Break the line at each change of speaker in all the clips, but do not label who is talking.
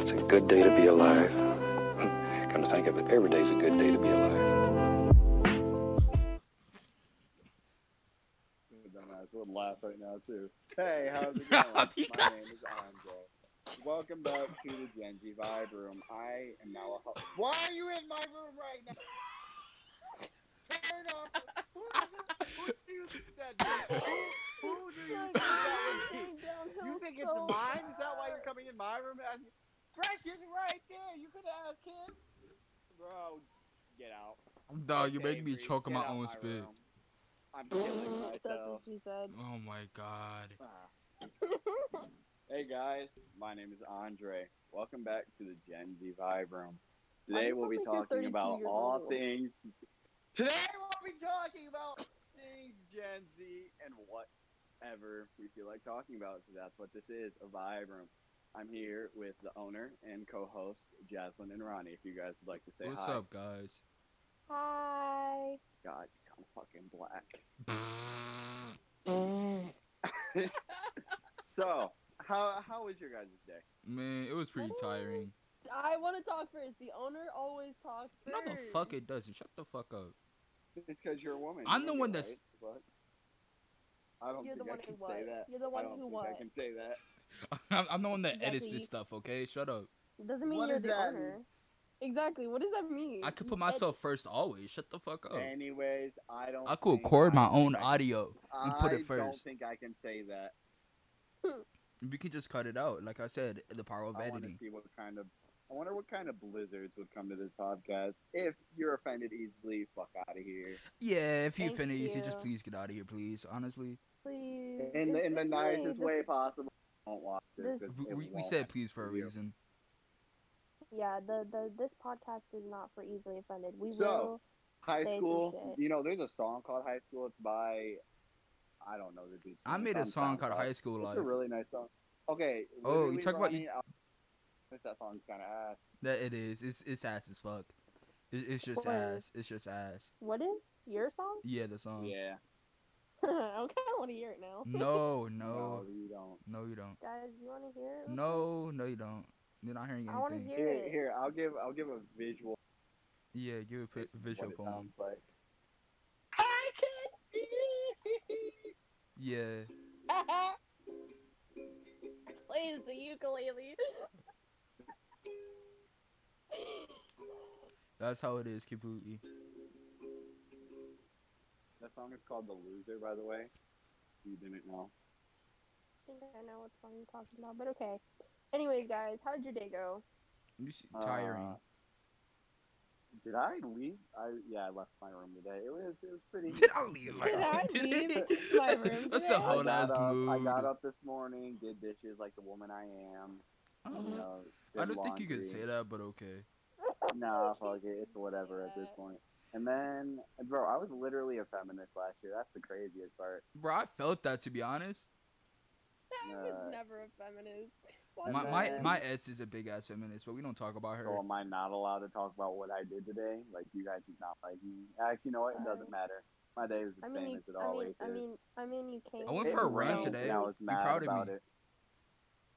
It's a good day to be alive. Come to think of it, every day's a good day to be alive.
Dumbass would laugh right now too. Hey, how's it going? My
Rob, he got-
name is Andre. Welcome back to the Gen Z Vibe Room. I am now a host. Why are you in my room right now? Turn off. Who, who do you think that is? Who, who do you think that would be? You think it's mine? Is that why you're coming in my room? And Fresh is right there. You could ask him. Bro, get out.
Dog, Oh, you make me
Avery,
choke on
get
my
out
own
my
spit.
room. I'm killing
That's
myself.
what she said.
Oh my god.
Ah. hey guys, my name is Andre. Welcome back to the Gen Z Vibe Room. Today
you
we'll be
sound like
talking
you're
about
32 years
all
old.
things. Today we'll be talking about things Gen Z and whatever we feel like talking about. So that's what this is, a vibe room. I'm here with the owner and co-host Jaslyn and Ronnie. If you guys would like to say
What's
hi.
up, guys?
Hi.
God, you sound fucking black. So, how how was your guys' day?
Man, it was pretty
What?
tiring.
I want to talk first. The owner always talks first.
No, the fuck it doesn't. Shut the fuck up.
It's because you're a woman.
I'm
You
the
get
one that's-
rights, but I don't
You're the
think I
one
can say
who what?
that.
You're the
I
one
don't
who
think
what?
I can say that.
I'm, I'm the one that edits
Exactly.
this stuff, okay? Shut up.
Doesn't mean
What
you're
does
the
that
owner. Exactly. What does that mean?
I could put
You ed-
myself first always. Shut the fuck up.
Anyways, I don't.
I could
think
record
I
Oh. my
can
own
say-
audio. and put it
I don't
first.
think I can say that.
We could just cut it out. Like I said, the power of
I want to
editing.
see what kind of. I wonder what kind of blizzards would come to this podcast. If you're offended easily, fuck out of here.
Yeah, if you
Thank
finish, you just
you.
please get out of here, please. Honestly,
Please.
In the
It's
in the
okay.
nicest
This-
way possible. Don't watch this.
This-
because
we,
it
we, we
won't
said please for a
you.
reason.
Yeah. The the this podcast is not for easily offended. We
So,
will.
High
Thank you,
school,
Jay.
you know, there's a song called High School. It's by, I don't know the dude's
I
name.
made a
It's
song
on
called
SoundCloud.
High School
It's
Life.
a really nice song. Okay.
Oh, you
literally,
talk about- you-
Ronnie, I- Since that song's kind of ass.
That it is. It's it's ass as fuck. It's, it's just
Word.
ass. It's just ass.
What is your song?
Yeah, the song.
yeah.
I kind of want to hear it now.
No,
No,
no,
you don't.
no, you don't.
Guys, you want to hear it?
No, no, you don't. You're not hearing
I want to
anything.
hear
Here,
it.
here, I'll give, I'll give a visual.
Yeah, give a pi- visual
what it
poem.
sounds like. I can see.
Yeah.
Plays the ukulele.
That's how it is completely.
That song is called "The Loser," by the way. You didn't know.
I think I know what song you're talking about, but okay. Anyways, guys, how did your day go?
You s- tiring.
Uh, Did I leave? I yeah, I left my room today. It was, it was pretty.
Did I leave my
Did
room
I
today?
leave my room
That's
today?
a
I
whole
I
ass
got up,
mood.
I got up this morning, did dishes like the woman I am.
I
You
don't,
know,
I
did
don't think you can
laundry.
say that, but okay.
Nah,
You
fuck
can't
it. It's
say
whatever at this
that.
point. And then, bro, I was literally a feminist last year. That's the craziest part.
Bro, I felt that to be honest.
I was
Uh,
never a feminist. Why
My
would
my my
I?
ex is a big ass feminist, but we don't talk about her.
So am I not allowed to talk about what I did today? Like you guys did not like me. Actually, you know what? It doesn't
Uh,
matter. My day was the same
I mean, you,
as it
I mean,
always
I
is.
mean, I mean, you can't.
I went
It
for a run
rained,
today.
And I was
You
mad
proud of
about
me?
it.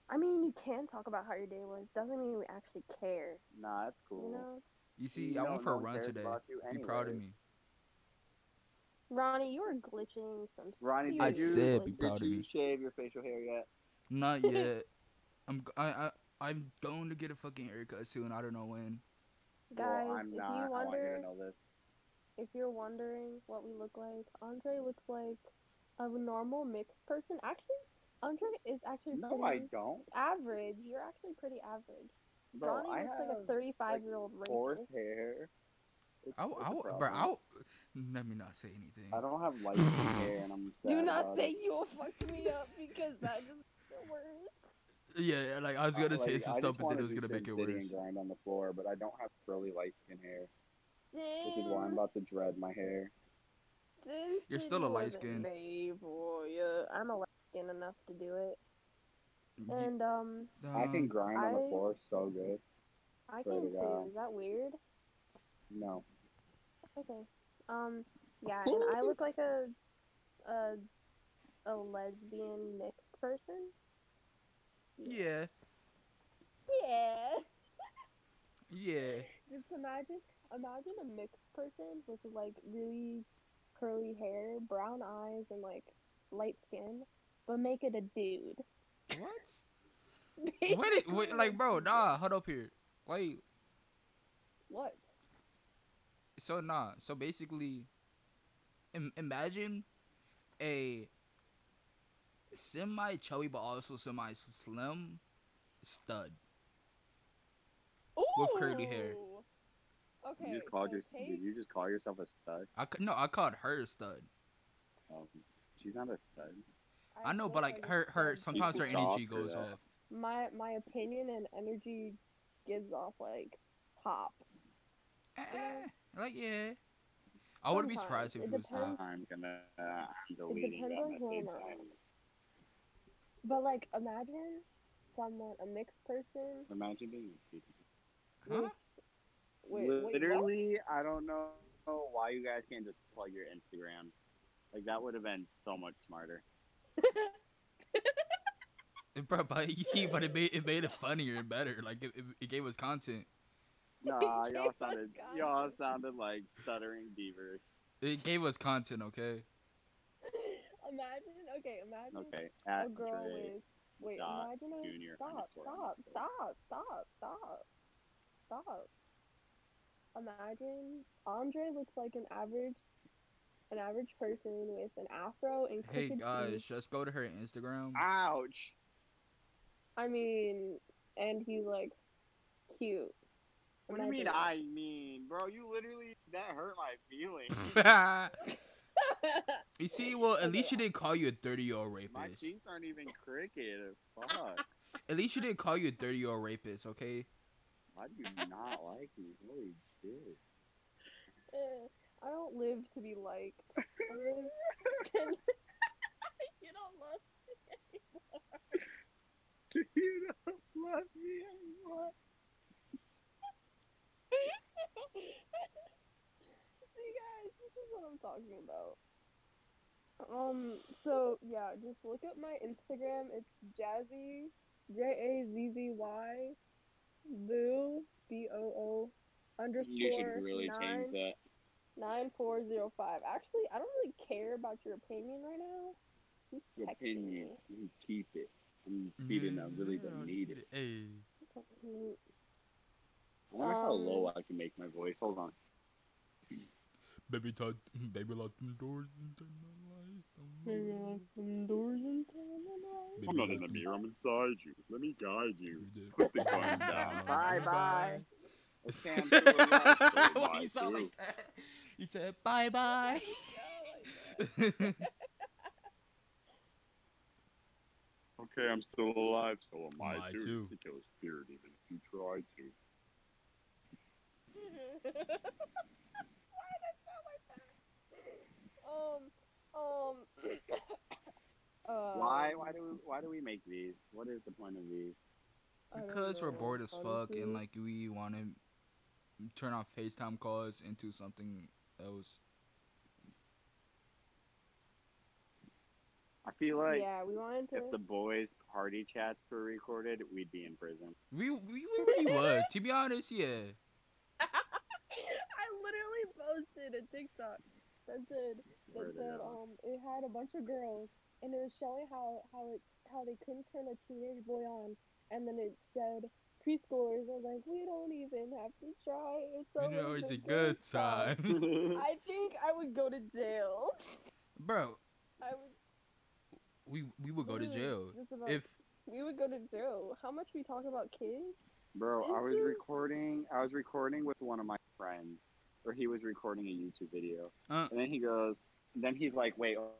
I mean, you can talk about how your day was. Doesn't mean we actually care.
Nah, that's cool.
You know,
You see,
You
I
know,
went
no
for a
one
run
cares
today.
about you
Be proud of
anyways.
me.
Ronnie, you were glitching some.
Ronnie,
I
did you,
said
seriously
be proud
did
of
you
me.
shave your facial hair yet?
Not yet. I'm g- I, I I'm going to get a fucking haircut soon. I don't know when.
Guys,
well, I'm
if
not.
you
I want you
wonder,
to know this.
if you're wondering what we look like, Andre looks like a normal mixed person. Actually, Andre is actually
No, I
pretty
don't.
average. You're actually pretty average.
Bro,
Ronnie
I
looks
have
like a 35 year old
coarse
rapist.
hair. It's,
I, w-
it's a
I, w- bro,
problem.
I, w- let me not say anything.
I don't have light pink hair, and I'm sad
Do not
about
say
it.
you will fuck me up because that just the worst.
Yeah, like I was
Uh,
gonna say
like,
some
I
stuff,
just
but then
wanna
it was
do
gonna make it
Sin City
worse.
And grind on the floor, but I don't have curly light skin hair, which is why I'm
Damn.
about to dread my hair.
This
You're still
city
a light
wasn't
skin.
made for ya. I'm a light skin enough to do it,
Ye-
and um,
I can
um,
grind on the
I-
floor so good.
I
Swear to
can too.
God.
Is that weird?
No,
Okay. Um. Yeah, and I look like a a a lesbian mixed person.
Yeah,
Yeah. imagine imagine a mixed person with like really curly hair, brown eyes, and like light skin, but make it a dude.
What? What? It, wait, like, bro, nah, hold up here. Wait,
What?
so nah. So basically, Im- imagine a semi chubby but also semi slim stud. With curly hair.
Ooh. Okay.
you just called
so
your,
take-
did you just call yourself a stud?
I c- no, I called her a stud.
Um, she's not a stud.
I know, but
feel
like
it's
her, her
like
sometimes her
People
energy
talk for
goes
that.
off.
My my opinion and energy gives off like pop.
Eh, like yeah, I wouldn't be
Sometimes.
surprised if
It
it was
depends.
not.
I'm gonna, uh, I'm deleting
depends
that
on who
message.
I'm on. But like imagine someone a mixed person
Imagine being
Huh?
with Wait,
Literally, I don't know why you guys can't just plug your Instagram. Like that would have been so much smarter.
Bro, but you see, but it made it made it funnier and better. Like it, it, it gave us content.
Nah,
Okay,
y'all
my
sounded
God.
y'all sounded like stuttering beavers.
It gave us content. Okay.
what? imagine okay, imagine
Okay,
a
at
Oh, girl
Dre
with wait,
dot
imagine a
junior
stop,
underscore
stop,
underscore.
stop, stop, stop, stop. Imagine Andre looks like an average an average person with an afro and
Hey
crooked
guys,
teeth.
just go to her Instagram.
Ouch.
I mean, and he's like cute.
What do you mean?
Imagine that.
I mean, bro, you literally that hurt my feelings.
you see, well, at least she didn't call you a thirty-year-old
my
rapist.
cheeks aren't even crooked. Fuck.
At least she didn't call you a thirty-year-old rapist. Okay.
Why do you not like me? Holy shit.
Eh, I don't live to be liked. I live to- you don't love
you don't love me anymore.
See guys, this is what I'm talking about. Um, so yeah, just look at my Instagram. It's Jazzy J A Z Z Y Boo B O O underscore
You should really
nine
change that.
nine four zero five. Actually, I don't really care about your opinion right now. You
Your
text
opinion.
me.
You keep it. I'm feeding I really
Mm-hmm.
don't need it.
Hey.
Mm,
I wonder how
Um,
low I can make my voice. Hold on.
Baby, talk, baby, lock them doors and turn the lights down. Baby,
I'm not in the
lock
mirror. I'm inside you. Let me guide you.
them-
Put the gun down.
Bye, bye.
Sam,
Sam, so
loud.
Why do
Bye,
you sound
too.
like that? You said bye bye.
Okay, I'm still alive, so am I,
I
too.
too.
To kill a spirit, even if you try to.
Why did I sound like that? Um, um. uh,
Um,
Why? Why do we? Why do we make these? What is the point of these?
I don't
um, Because we're
know,
bored as fuck
honestly.
and like we want to turn off FaceTime calls into something else.
I feel like
yeah, we wanted to.
if the boys' party chats were recorded, we'd be in prison.
We we, we really would, to be honest, yeah.
I literally posted a TikTok that said that
Word it
said
out.
um it had a bunch of girls and it was showing how how it how they couldn't turn a teenage boy on and then it said preschoolers I was like we don't even have to try it's
You know,
always,
it's a good time,
I think I would go to jail.
bro.
I would
We we would go to
literally
jail
just about-
if
we would go to jail. How much we talk about kids?
Bro, I
Is
was
Mm-hmm.
there-
recording. I was recording with one of my friends, or he was recording a YouTube video,
Uh.
and then he goes, and then he's like, "Wait, oh,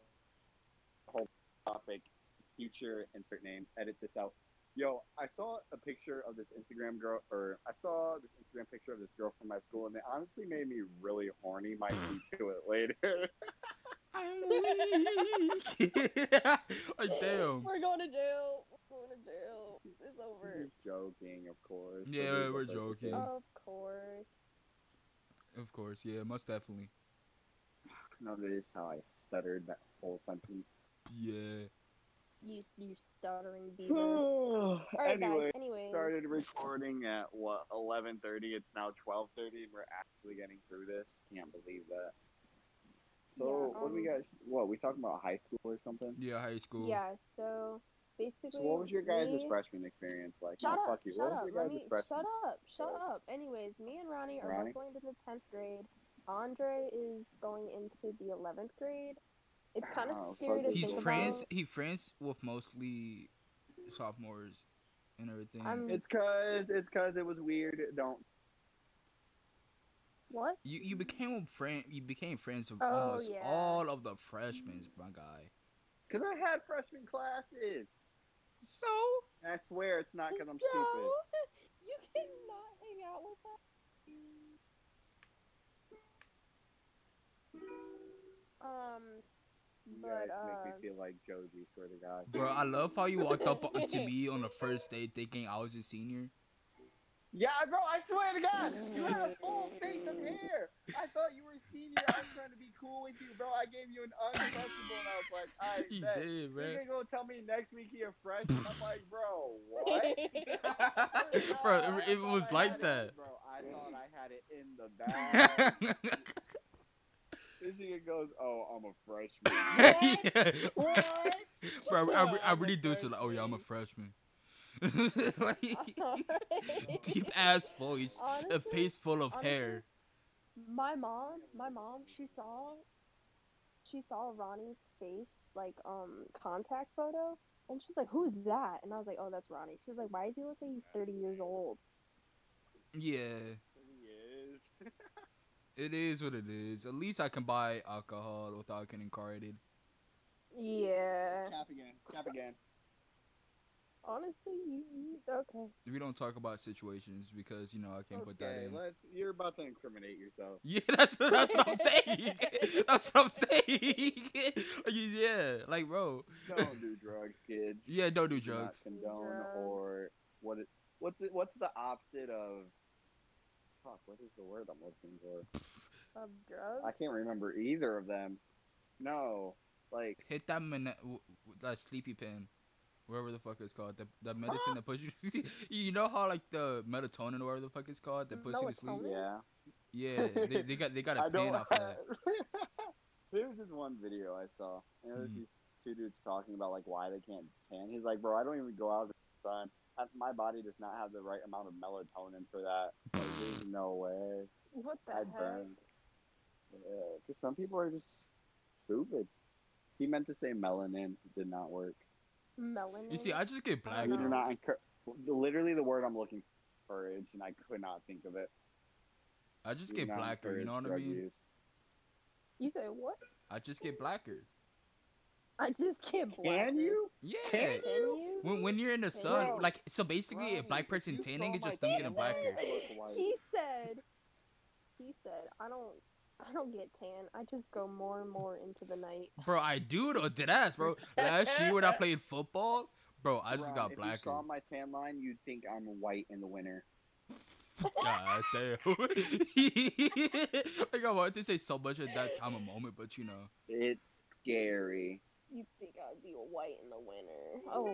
whole topic, future insert name, edit this out." Yo, I saw a picture of this Instagram girl, or I saw this Instagram picture of this girl from my school, and it honestly made me really horny. Might be to it later.
I'm weak. like damn.
We're going to jail. We're going to jail. It's over.
Just joking, of course.
Yeah,
Those are
we're
the places-
joking.
Of course.
Of course, yeah, most definitely.
Notice how I stuttered that whole sentence.
Yeah.
You, you stuttering beaver. Alright,
anyway,
guys. Anyways.
started recording at what 11:30. It's now 12:30, and we're actually getting through this. Can't believe that. So,
Yeah,
what do we
um,
guys? What we talking about? High school or something?
Yeah, high school.
Yeah, so basically.
So, what was your guys'
me-
freshman experience like?
Shut
no,
up!
fuck you.
Shut
what
up!
was your
Let
guys'
me
freshman?
shut up! Shut
Sorry.
up! Anyways, me and Ronnie are
Ronnie?
both going into the tenth grade. Andre is going into the eleventh grade. It's kind of
Wow,
scary to
fucking
think
He's
Think
friends.
about.
He friends with mostly sophomores and everything.
I'm-
It's cause it's cause it was weird. Don't
What?
you you became friend. You became friends with
Oh,
almost
yeah.
all of the freshmen, my guy.
cause I had freshman classes.
So
And I swear it's not cause I'm
so,
stupid.
you cannot hang out with us. Um,
You
but
guys make
uh,
me feel like Joji. Swear to God.
Bro, I love how you walked up on- to me on the first day thinking I was a senior.
Yeah, bro, I swear to God, you had a full face of hair. I thought you were a senior. I was trying to be cool with you, bro. I gave you an uncomfortable, and I was like, all right,
He
bet.
did,
You're
bro.
gonna go tell me next week you're fresh. And I'm like, bro,
um,
what?
Bro,
I
it- it
thought
was
Oh, I
like
had it-
that.
bro, I thought I had it in the bag. this nigga goes, oh, I'm a freshman.
yeah.
what?
Bro, I, re- I
I'm a
really do so like, oh yeah, I'm a freshman. like, deep ass voice, a
Honestly,
face full of
honestly,
hair.
my mom my mom she saw she saw ronnie's face like um contact photo and she's like who's that and i was like oh that's ronnie she was like why does he look like he's 30 years old
Yeah,
He is.
it is what it is. At least I can buy alcohol without getting carded.
yeah
Cap again. Cap again.
honestly you, you okay
We don't talk about situations because you know I can't put that
Okay,
in.
let's, you're about to incriminate yourself.
Yeah, that's that's what I'm saying. that's what I'm saying. yeah, like bro.
Don't do drugs, kids.
Yeah, don't do
do not
drugs.
condone
Drugs.
or what it, what's it, what's the opposite of fuck what is the word i'm looking for
of
i
drugs
can't remember either of them no like
Hit that min- w- w- that sleepy pen, whatever the fuck it's called. The that medicine that puts you. you know how like the melatonin or whatever the fuck it's called that puts you to sleep.
Mm, Melatonin?
yeah
Yeah, they, they got they got
i
a pen
don't
off of that.
there was this one video i saw and it was
Mhm.
these two dudes talking about like why they can't tan he's like bro i don't even go out in the sun I, my body does not have the right amount of melatonin for that like, there's no way
what the
I'd
heck
burn. Yeah, because some people are just stupid. He meant to say melanin. It did not work.
melanin
You see, I just get
I
We
blacked.
don't
do
know.
out.
not encourage. Literally, the word I'm looking for is courage, and I could not think of it.
I just
We
get
do not
blacker. You
encourage
know what I
drug
mean?
use.
you say what
I just get blacker.
i just can't
Can you?
Yeah.
Can
can you
When, when you're in the sun,
Bro,
like so basically, a
Ronnie,
black person
you
tanning
saw
is
my
just them getting
tan.
blacker.
I look white.
he said he said i don't i don't get tan i just go more and more into the night
Bro, I do though. Dead ass, bro. Last year when I played football, bro, I just
Ron,
got
If you
blacker.
saw my tan line, you'd think I'm white in the winter.
God damn. like I wanted to say so much at that time and moment, but you know.
It's scary.
you think i'd be white in the winter oh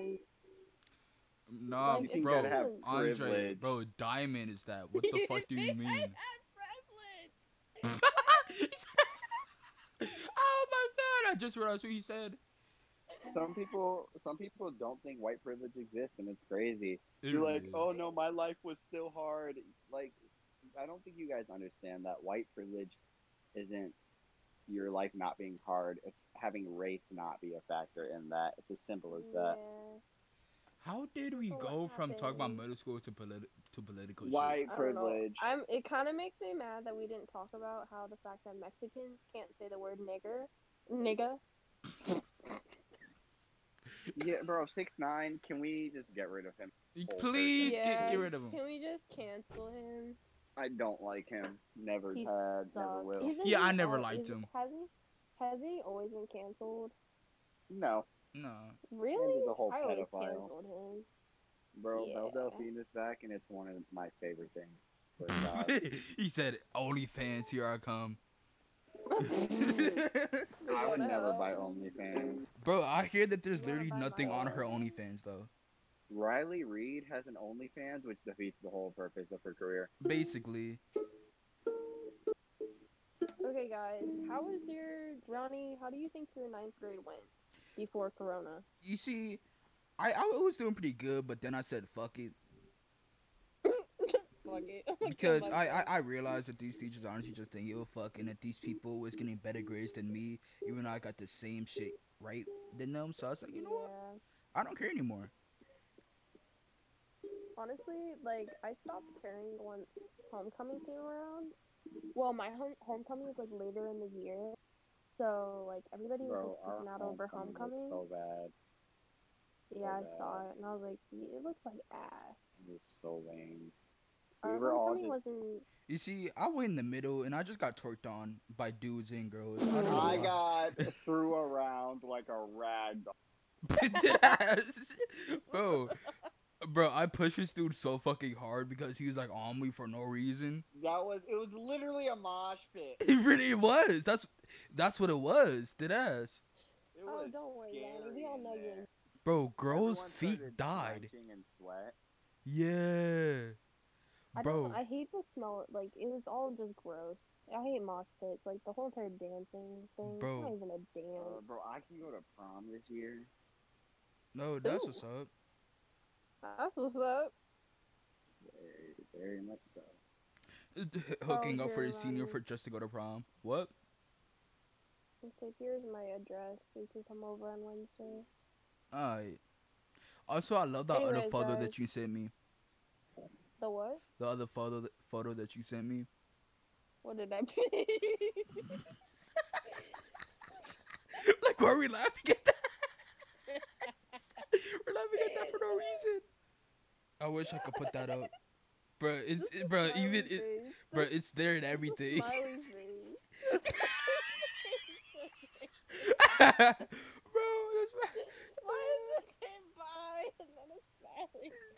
Nah,
you think
Um, bro.
I'd have privilege?
Andre, bro, diamond is that. What the fuck do you mean? oh my god, I just realized what he said.
Some people, some people don't think white privilege exists, and it's crazy.
It
You're like,
really-
oh no, my life was still hard. Like, I don't think you guys understand that white privilege isn't your life not being hard. It's having race not be a factor in that. It's as simple as that.
yeah.
How did we
What
go from talking about
happened?
middle school to politi- to political shit?
White
I don't know.
privilege.
I'm, it kind of makes me mad that we didn't talk about how the fact that Mexicans can't say the word nigger, nigga.
Yeah, bro, six nine. Can we just get rid of him? old person.
Please get,
Yeah,
get rid of him.
Can we just cancel him?
I don't like him. Never
He
had. Never
Sucks.
will.
Isn't
Yeah,
he
I never
al-
liked
is-
him.
Has he? Has he always been canceled?
No,
No.
Really?
the whole
I always
pedophile.
canceled him.
bro.
Yeah.
Belle Delphine is back, and it's one of uh, my favorite things. Swear to God.
he said, "Only fans, here I come."
I would
What
never
else?
buy OnlyFans.
Bro, I hear that there's
You wanna
literally
buy my
nothing on her
own?
OnlyFans though.
Riley Reed has an OnlyFans, which defeats the whole purpose of her career.
Basically,
Okay, guys, how was your Ronnie? How do you think your ninth grade went before Corona?
you see, I I was doing pretty good, but then I said fuck it
Fuck it.
because I I, I realized that these teachers honestly just didn't give a fuck, and that these people was getting better grades than me, even though I got the same shit right than them. So I was like, you know what?
Yeah.
I don't care anymore.
Honestly, like I stopped caring once homecoming came around. Well, my home homecoming was like later in the year, so like everybody was
Bro,
like
our
freaking out over
homecoming
homecoming.
was so bad.
yeah, I
bad.
saw it and I was like, "Yeah, it looks like ass.
It was so lame. We
Our
were all
homecoming wasn't.
You see, I went in the middle and I just got twerked on by dudes and girls. don't know
I
why.
got threw around like a rag doll.
Yes. bro, bro, I pushed this dude so fucking hard because he was like on me for no reason.
That was it was literally a mosh pit.
It really was. That's that's what it was. Did ass,
It
Oh,
was
don't worry, Andy,
scary
we all
in
know
there.
you.
bro. Girls'
Everyone
feet
started
died.
drenching in sweat.
Yeah,
I
bro.
don't. I hate the smell. Like it was all just gross. I hate mosh pits. Like the whole entire dancing thing.
Bro.
It's not even a dance.
Uh, bro, I can go to prom this year.
No, that's
Ooh.
what's up.
That's what's up.
Very, very much so. Oh,
Hooking up for
dear
his senior
Ronnie.
for just to go to prom. What?
And so here's my address. You can come over on Wednesday.
Alright. Also, I love that other
Anyways,
photo
guys.
that you sent me.
The what?
The other photo that, photo that you sent me.
What did I pick?
like, why are we laughing at that? We're laughing at that for no reason. I wish I could put that up, bro. It's it, bro, even it, bro, it's there and everything, bro. That's why.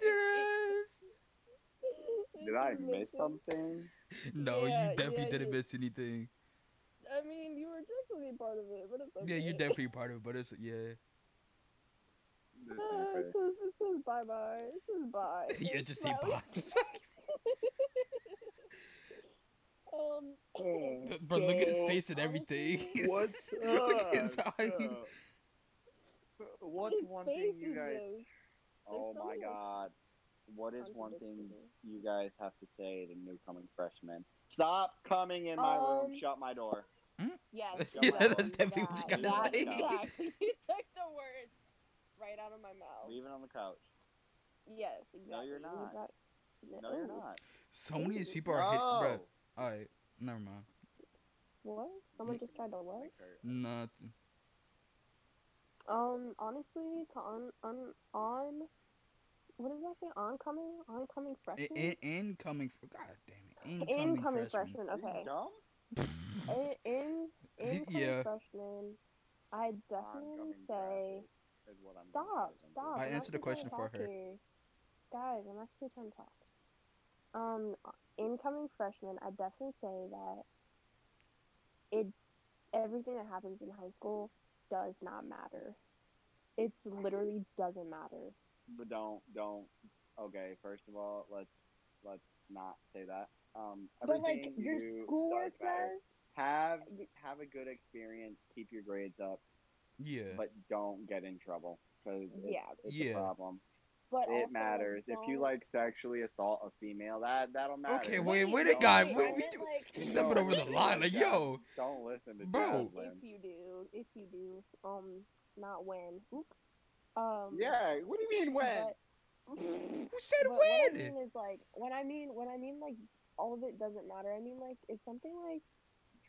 Yes.
Did I miss something?
No,
Yeah,
you definitely
yeah,
didn't
you-
miss anything.
I mean, you were technically part of it, but it's okay.
Yeah, you're definitely part of it, but it's yeah,
This ain't
Ah,
fair.
it says, it says bye bye. It says bye.
yeah.
It
Just say
says
bye,
Um,
bro. Look at his
So,
face and everything.
honestly,
What's
Look at his
up?
eye.
So- so What's
his
one
face
thing you
is
guys?
just
Oh my
so
God! What is one thing
contradictory.
you guys have to say to new coming freshmen? Stop coming in my room.
Um,
Shut my door.
Yes,
Yeah,
exactly
that's
definitely what you
that.
gotta
That's
say.
Exactly. You took the words right out of my mouth.
Leave it on the couch.
Yes, exactly.
No, you're
You
not.
got-
No, you're not.
So many of these
Ooh,
people are hit, bro.
No.
All right, never mind.
What? Someone just tried to what?
Like her-
Nothing.
Um, honestly, to on on on, what did I say? Oncoming, oncoming
I-
freshman,
I- incoming. fr- God damn it! Incoming,
incoming
freshman.
freshman.
Are you
Okay,
dumb?
in, in incoming
Yeah.
freshman, I definitely
Oncoming
say
traffic is what I'm gonna
stop,
say.
stop.
I answered
I'm
the
actually trying
question
to
for
talk
her.
here. Guys, I'm actually trying to talk. Um, incoming freshman, I definitely say that it everything that happens in high school does not matter. It's literally doesn't matter.
But don't, don't. Okay, first of all, let's let's not say that. Um,
But like
everything
your
you do
schoolwork
does matter.
says
have
Y-
have a good experience, keep your grades up,
Yeah.
but don't get in trouble because
Yeah.
it's
Yeah.
a problem.
but also,
It matters if you
don't-
like sexually assault a female. That that'll matter.
Okay,
If
wait,
you
wait a
don't-
guy,
Wait,
wait,
and
we
it's
do-
like-
He's stepping over the
Don't
line, like
listen to
yo.
Jazz- Don't listen to
Bro.
Jazz,
if
Lynn.
you do, if you do, um, not when. Oops. Um.
Yeah, what do you mean when?
but-
Who
But
said
what I
when?
mean is like when I mean when I mean like all of it doesn't matter. I mean like if something like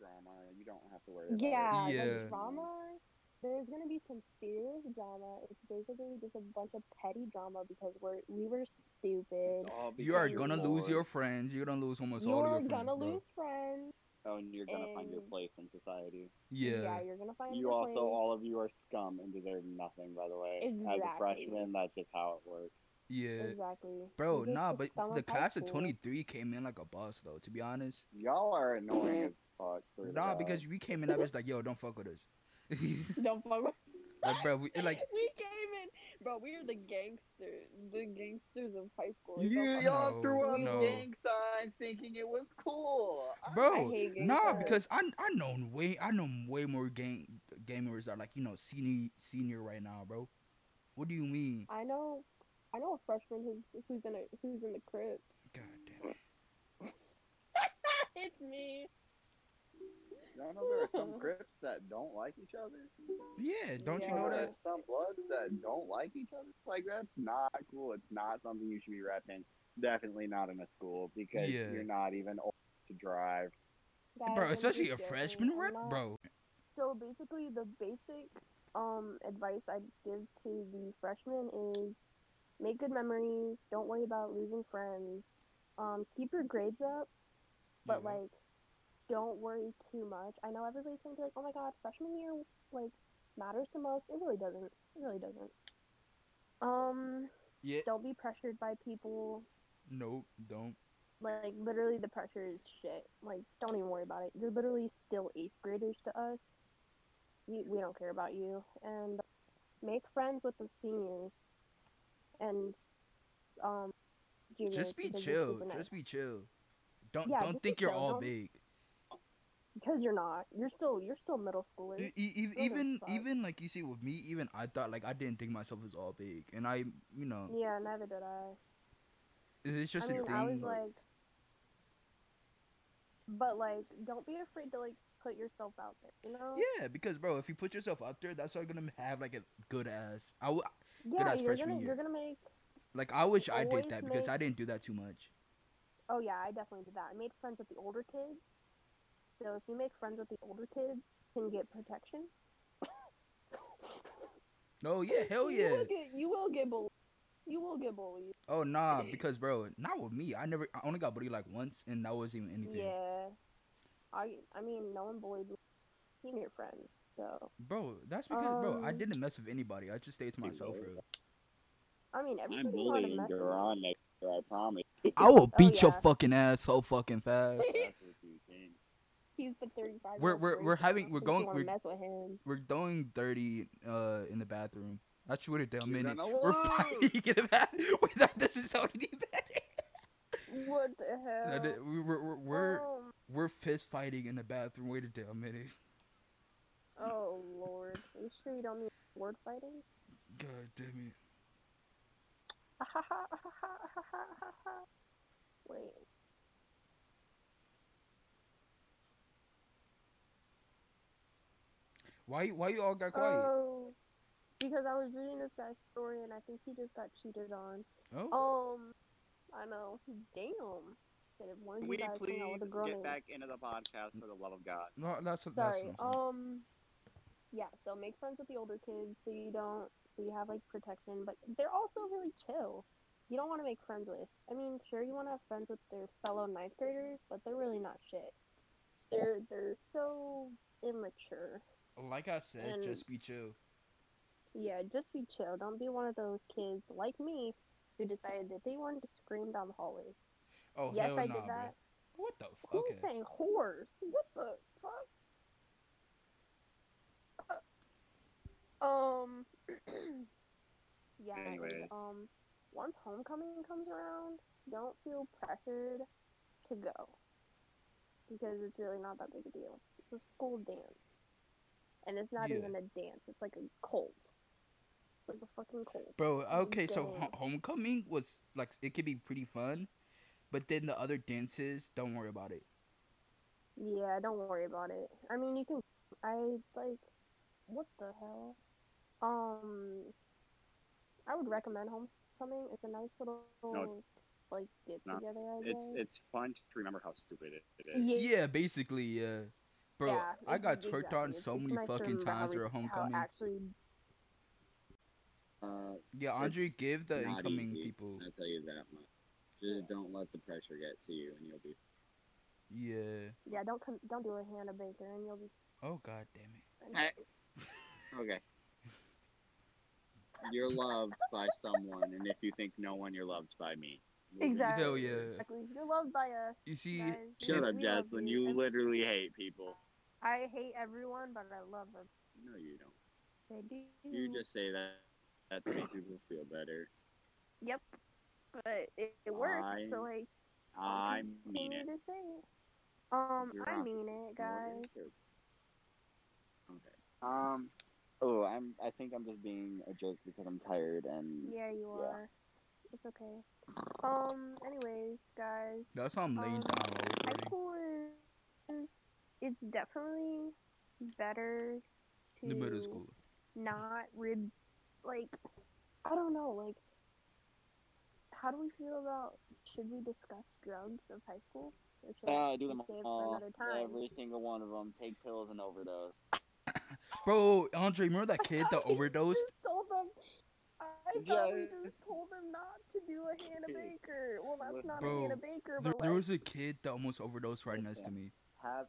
Drama. You don't have to worry. About
yeah,
It.
Yeah.
like drama. There's gonna be some serious drama. It's basically just a bunch of petty drama because we're we were stupid.
All
You are
because
gonna
you're
lose your
bored,
friends. You're gonna lose almost
You
all
are
of your friends.
gonna
bro.
lose friends.
Oh, and you're gonna find your
and-
place in society.
Yeah.
you're gonna find
You
your
also,
place.
all of you are scum and deserve nothing. By the way, as
Exactly.
a freshman, that's just how it works.
Yeah.
Exactly.
Bro,
You just
nah,
took
but
someone
the
high
class of
school.
23 came in like a boss, though, to be honest.
Y'all are annoying as fuck. swear to
Nah,
God.
because we came in that bitch like, yo, don't fuck with us.
Don't fuck with
like, bro, we, like,
we came in, bro. We are the gangsters, the gangsters of high school. Like,
You
don't
y'all
No,
threw up
no.
gang signs thinking it was cool. I-
bro,
hate gang
nah,
signs.
because I I know way I know way more game gamers are like you know senior senior right now, bro. What do you mean?
fuck- I know, I know a freshman who's who's in a who's in the crib.
God damn. it.
it's me.
Y'all know there are some Crips that don't like each other.
Yeah, don't you
Yeah.
know
There
that?
are some Bloods that don't like each other. Like that's not cool. It's not something you should be repping. Definitely not in a school because
Yeah.
you're not even old to drive.
Guys,
Bro,
I'm
especially a
just joking.
freshman
I'm
rep,
not-
bro.
So basically, the basic um advice I give to the freshmen is make good memories. Don't worry about losing friends. Um, keep your grades up, but
Yeah.
like, don't worry too much. I know everybody's gonna be like, "Oh my god, freshman year like matters the most." It really doesn't. It really doesn't. Um,
Yeah,
don't be pressured by people.
no, don't.
Like literally, the pressure is shit. Like, don't even worry about it. You're literally still eighth graders to us. You, we don't care about you. And make friends with the seniors. And um, juniors.
Just be
because you're
chill.
super nice.
Just be chill. Don't
Yeah,
don't
just be
think you're
chill,
all
don't-
big.
because you're not. You're still you're still middle schoolers.
E- e- ev-
Still don't
even
fuck.
even like you see with me, even I thought like I didn't think myself was all big, and I you know
yeah, neither did I.
it's just
I mean,
a thing.
I was like, but like, don't be afraid to like put yourself out there. You know?
yeah, because bro, if you put yourself out there, that's how you're gonna have like a good ass. I w-
Yeah,
ass
you're
freshman
gonna
year.
you're gonna make.
like I wish I
Always
did that because
make-
I didn't do that too much.
Oh yeah, I definitely did that. I made friends with the older kids. So if you make friends with the older kids, you can get protection.
No, Oh, yeah, hell
You
yeah.
will get, you will get bullied. You will get bullied.
Oh nah, because bro, not with me. I never, I only got bullied like once, and that wasn't even anything.
Yeah. I I mean, no one bullied me. Senior friends. So
Bro, that's because bro, I
Um,
didn't mess with anybody. I just stayed to
Dude,
myself,
there
bro.
I mean, everybody
I'm
wanted to
bullying
mess with me.
Duran next year, I promise.
I will beat your
Oh, yeah.
fucking ass so fucking fast.
That's what you think.
He's the 35.
We're- we're- we're having- we're going-
Want
we're-
to mess with him?
We're throwing dirty uh in the bathroom. I should have done
You're
minute.
gonna
We're fighting in the bathroom. Wait, that doesn't sound any better.
What the hell?
That di- we- We're, we're, we're,
Um,
we're fist fighting in the bathroom. Wait a damn minute.
oh lord. Are you sure you don't mean word fighting?
God damn it.
Wait.
Why, why you all got quiet?
Oh. Because I was reading this guy's story and I think he just got cheated on.
oh,
Um, I know. Damn. Should have warned
We
you guys
please
hang out with a girl
get
named-
back into the podcast for the love of God.
no, that's that's
Sorry.
what I'm saying.
Um. Yeah. So make friends with the older kids so you don't so you have like protection, but they're also really chill. You don't want to make friends with. I mean, sure you want to have friends with their fellow ninth graders, but they're really not shit. They're they're so immature.
Like I said,
and-
just be chill.
Yeah, just be chill. Don't be one of those kids like me who decided that they wanted to scream down the hallways.
Oh
yes,
hell
I
nah,
did that.
Bro. What the fuck?
Who's
Okay.
saying whores? What the fuck? Um. yeah. and,
Anyways.
Um. Once homecoming comes around, don't feel pressured to go because it's really not that big a deal. It's a school dance, and it's not
Yeah.
even a dance. It's like a cult. It's like a fucking cult.
Bro,
I'm
okay, so
dead.
ho- homecoming was like it could be pretty fun, but then the other dances, don't worry about it.
Yeah, don't worry about it. I mean, you can. I like. What the hell? Um, I would recommend homecoming. It's a nice little like get
not.
together. I
It's
guess.
it's fun to remember how stupid it- it is.
yeah,
Yeah, basically, yeah. Bro,
yeah,
I
it's-
got twerked
exactly.
on
It's-
so
it's
many
nice to
fucking
remember how
times
we-
for
how
homecoming.
Actually,
Uh,
yeah, Andre,
it's
give the
not
incoming
easy.
people.
I tell you that much. Just don't let the pressure get to you, and you'll be.
Yeah.
yeah, don't come, don't do a Hannah Baker, and you'll be.
Oh god damn it.
Okay.
you're loved by someone, and if you think no one, you're loved by me.
Exactly.
Hell yeah.
Exactly. You're loved by us.
You see-
guys.
Shut
We
up,
love
Jaslyn. You
And
literally hate people.
I hate everyone, but I love them.
No, you don't.
They do.
You just say that. That's to make people feel better.
Yep. But it, it works.
I-
so like.
I mean
continue
it.
To say it. Um,
You're
I
on.
mean it,
Morgan,
guys.
too. Okay.
Um. Oh, I'm. I think I'm just being a jerk because I'm tired and.
Yeah, you
Yeah.
are. It's okay. Um. Anyways, guys.
That's how I'm laying
Um,
down. while
High
recording.
school is it's definitely better to
The middle school.
not rib like I don't know, like how do we feel about should we discuss drugs of high school? Or should
Ah, do
we
them
save for
all.
another time?
Every single one of them. Take pills and overdose.
Bro, Andre, remember that kid that
We
overdosed?
just told them I thought we
Yes.
just told them not to do a Hannah Baker. Well that's
Look,
not
bro,
a Hannah Baker,
There,
but
there
like,
was a kid that almost overdosed right next to me.
Have.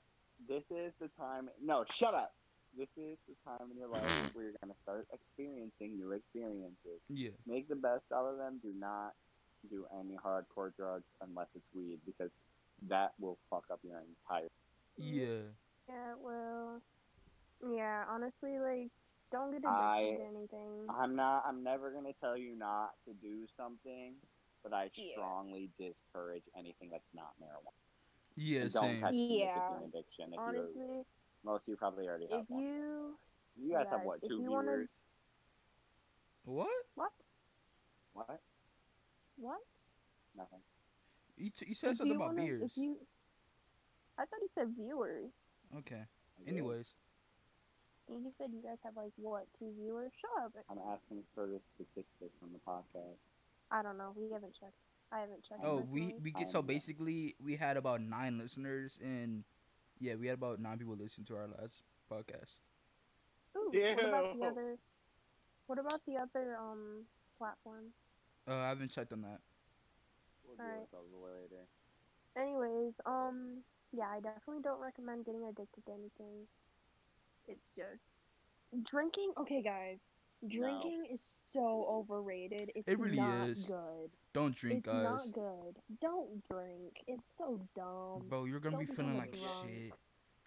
This is the time. No, shut up. This is the time in your life where you're gonna start experiencing new experiences.
Yeah.
make the best out of them. Do not do any hardcore drugs unless it's weed because that will fuck up your entire.
Yeah.
Mm. Yeah, well Yeah, honestly, like don't get addicted
I-
to anything.
I'm not. I'm never gonna tell you not to do something, but I
Yeah.
strongly discourage anything that's not marijuana.
Yeah,
And
same.
Don't touch it if
Yeah.
it's an addiction. If you
honestly,
most of you probably already have
if
one.
you
You guys have
yeah,
what?
if
Two
you
viewers?
wanna-
What?
what
What?
what
Nothing.
You, t- you said
If
something
you
about
wanna-
beers.
If you, I thought he said viewers.
Okay.
I did.
Anyways,
And he said you guys have like what two viewers? Shut up.
I'm asking for the statistics on the podcast.
I don't know. We haven't checked. I haven't checked.
oh, we
personally.
we get so
Um, yeah.
basically we had about nine listeners and yeah, we had about nine people listen to our last podcast.
Ooh, what about the
Ew.
other? What about the other um platforms?
Uh, I haven't checked on that.
We'll deal
All right.
with those later.
Anyways, um, yeah, I definitely don't recommend getting addicted to anything. It's just drinking. Okay, guys, drinking is so overrated. It's
It really
not
is.
good.
Don't drink,
it's
guys.
not good. Don't drink. It's so dumb.
Bro, you're gonna be
don't
feeling
become
like
drunk.
shit.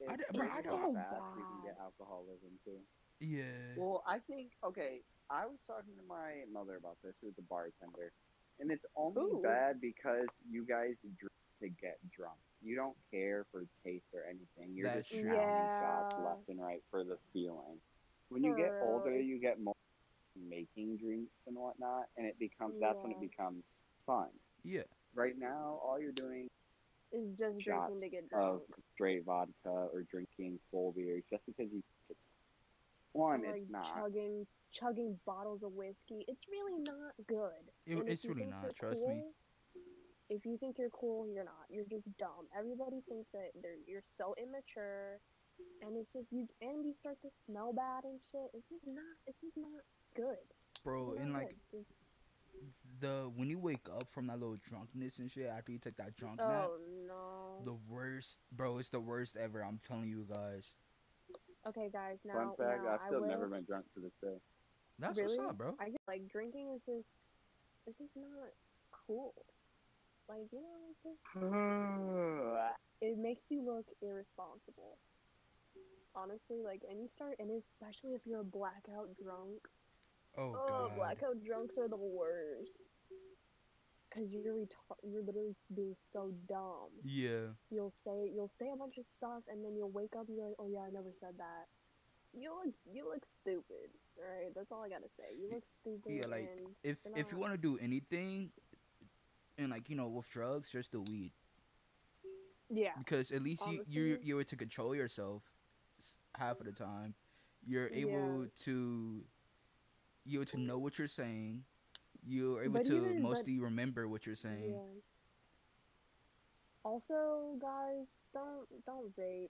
It's,
I d- bro, I
it's
don't-
so
So
fast we can
bad.
get alcoholism too.
Yeah.
Well, I think okay. I was talking to my mother about this, who's a bartender, and it's only
Ooh.
bad because you guys drink to get drunk. You don't care for taste or anything. You're
That's
just
true.
pounding shots
Yeah.
left and right for the feeling. When you get
For
older,
real.
you get more making drinks and whatnot, and it becomes that's when it
Yeah.
becomes fun.
Yeah.
Right now, all you're doing
Is just
Shots
drinking to get
of
drunk.
straight vodka or drinking full beers just because you think it's one,
like
it's not.
chugging chugging bottles of whiskey. It's really not good.
It,
And if
it's
you
really
think you're
not. Trust me.
cool- If you think you're cool, you're not. You're just dumb. Everybody thinks that they're you're so immature, and it's just you. And you start to smell bad and shit. It's just not. It's just not good.
bro
It's
Oh, and
not
like
good. It's-
the when you wake up from that little drunkenness and shit after you take that drunk nap
oh no.
the worst bro it's the worst ever i'm telling you guys
okay, guys. Now,
Fun fact,
now
I've
I
still
will...
never been drunk to this day.
that's
Really?
what's up bro
I get like drinking is just this is not cool. Like you know, it's just, it makes you look irresponsible. Honestly, like, and you start, and especially if you're a blackout drunk.
oh
Oh,
god
blackout drunks are the worst. Cause you're retar- you're literally being so dumb.
yeah
You'll say you'll say a bunch of stuff, and then you'll wake up and you're like, oh yeah, I never said that. You look you look stupid. All right, that's all I gotta say. You look stupid.
yeah, like,
and
if
They're
if you
not-
want to do anything and like you know with drugs just the weed
Yeah.
because at least you you
Uh, Honestly.
you're able to control yourself s- half of the time you're
Yeah.
able to you're able to know what you're saying you're able
But
to
even- but-
mostly remember what you're saying
Yeah. Also, guys, don't don't vape.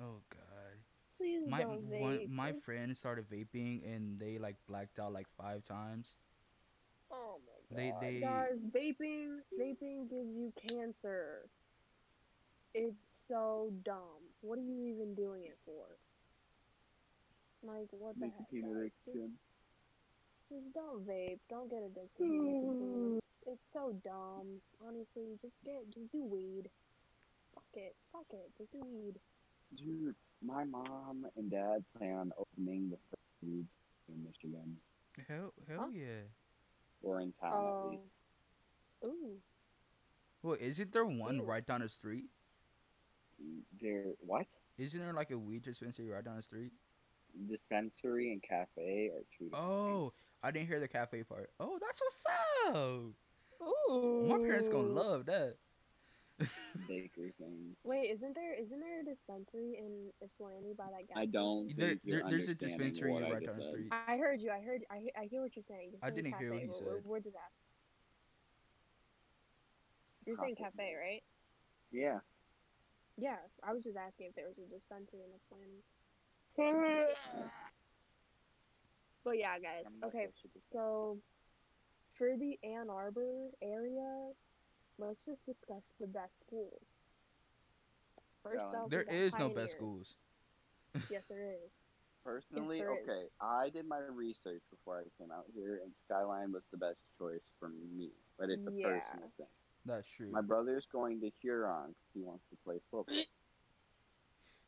oh god
Please
my
don't vape.
one, my
It's-
friend started vaping and they like blacked out like five times.
oh my god.
They they
Guys, vaping vaping gives you cancer. It's so dumb. What are you even doing it for? Like what the heck? guys? Just-
Nicotine addiction.
Just don't vape. Don't get addicted to
Hmm.
nicotine. It's so dumb. Honestly, just get just do weed. Fuck it. Fuck it. Just do weed.
Dude, my mom and dad plan on opening the first weed in Michigan
Hell, hell
Huh?
yeah.
or in town at
Oh.
least.
Ooh.
Well, isn't there one
Ew.
right down the street?
There, what
Isn't there like a weed dispensary right down the street?
dispensary and cafe are two. different
Oh, I didn't hear the cafe part. Oh, that's what's up.
Ooh.
My parents gonna love that.
bakery things.
Wait, isn't there isn't there a dispensary in Ypsilanti by that guy?
I don't.
There,
think you're
there- there's a
understanding
dispensary
what I
right
just
down the
said.
street.
I heard you. I heard. I he- I hear what you're saying. You're
I
saying
didn't hear what he
cafe. Where- where-
said.
Where did that? You're saying cafe, right?
Yeah.
Yeah. I was just asking if there was a dispensary in Ypsilanti. Mm. But yeah, guys.
I'm not
Okay,
supposed to do-
so for the Ann Arbor area, let's just discuss the best school. First
Yeah.
off, we
There
got
is no best
Pioneer.
schools.
Yes, there is.
Personally,
there is.
okay, I did my research before I came out here, and Skyline was the best choice for me. But it's a
Yeah.
personal thing.
That's true.
My brother's going to Huron because he wants to play football.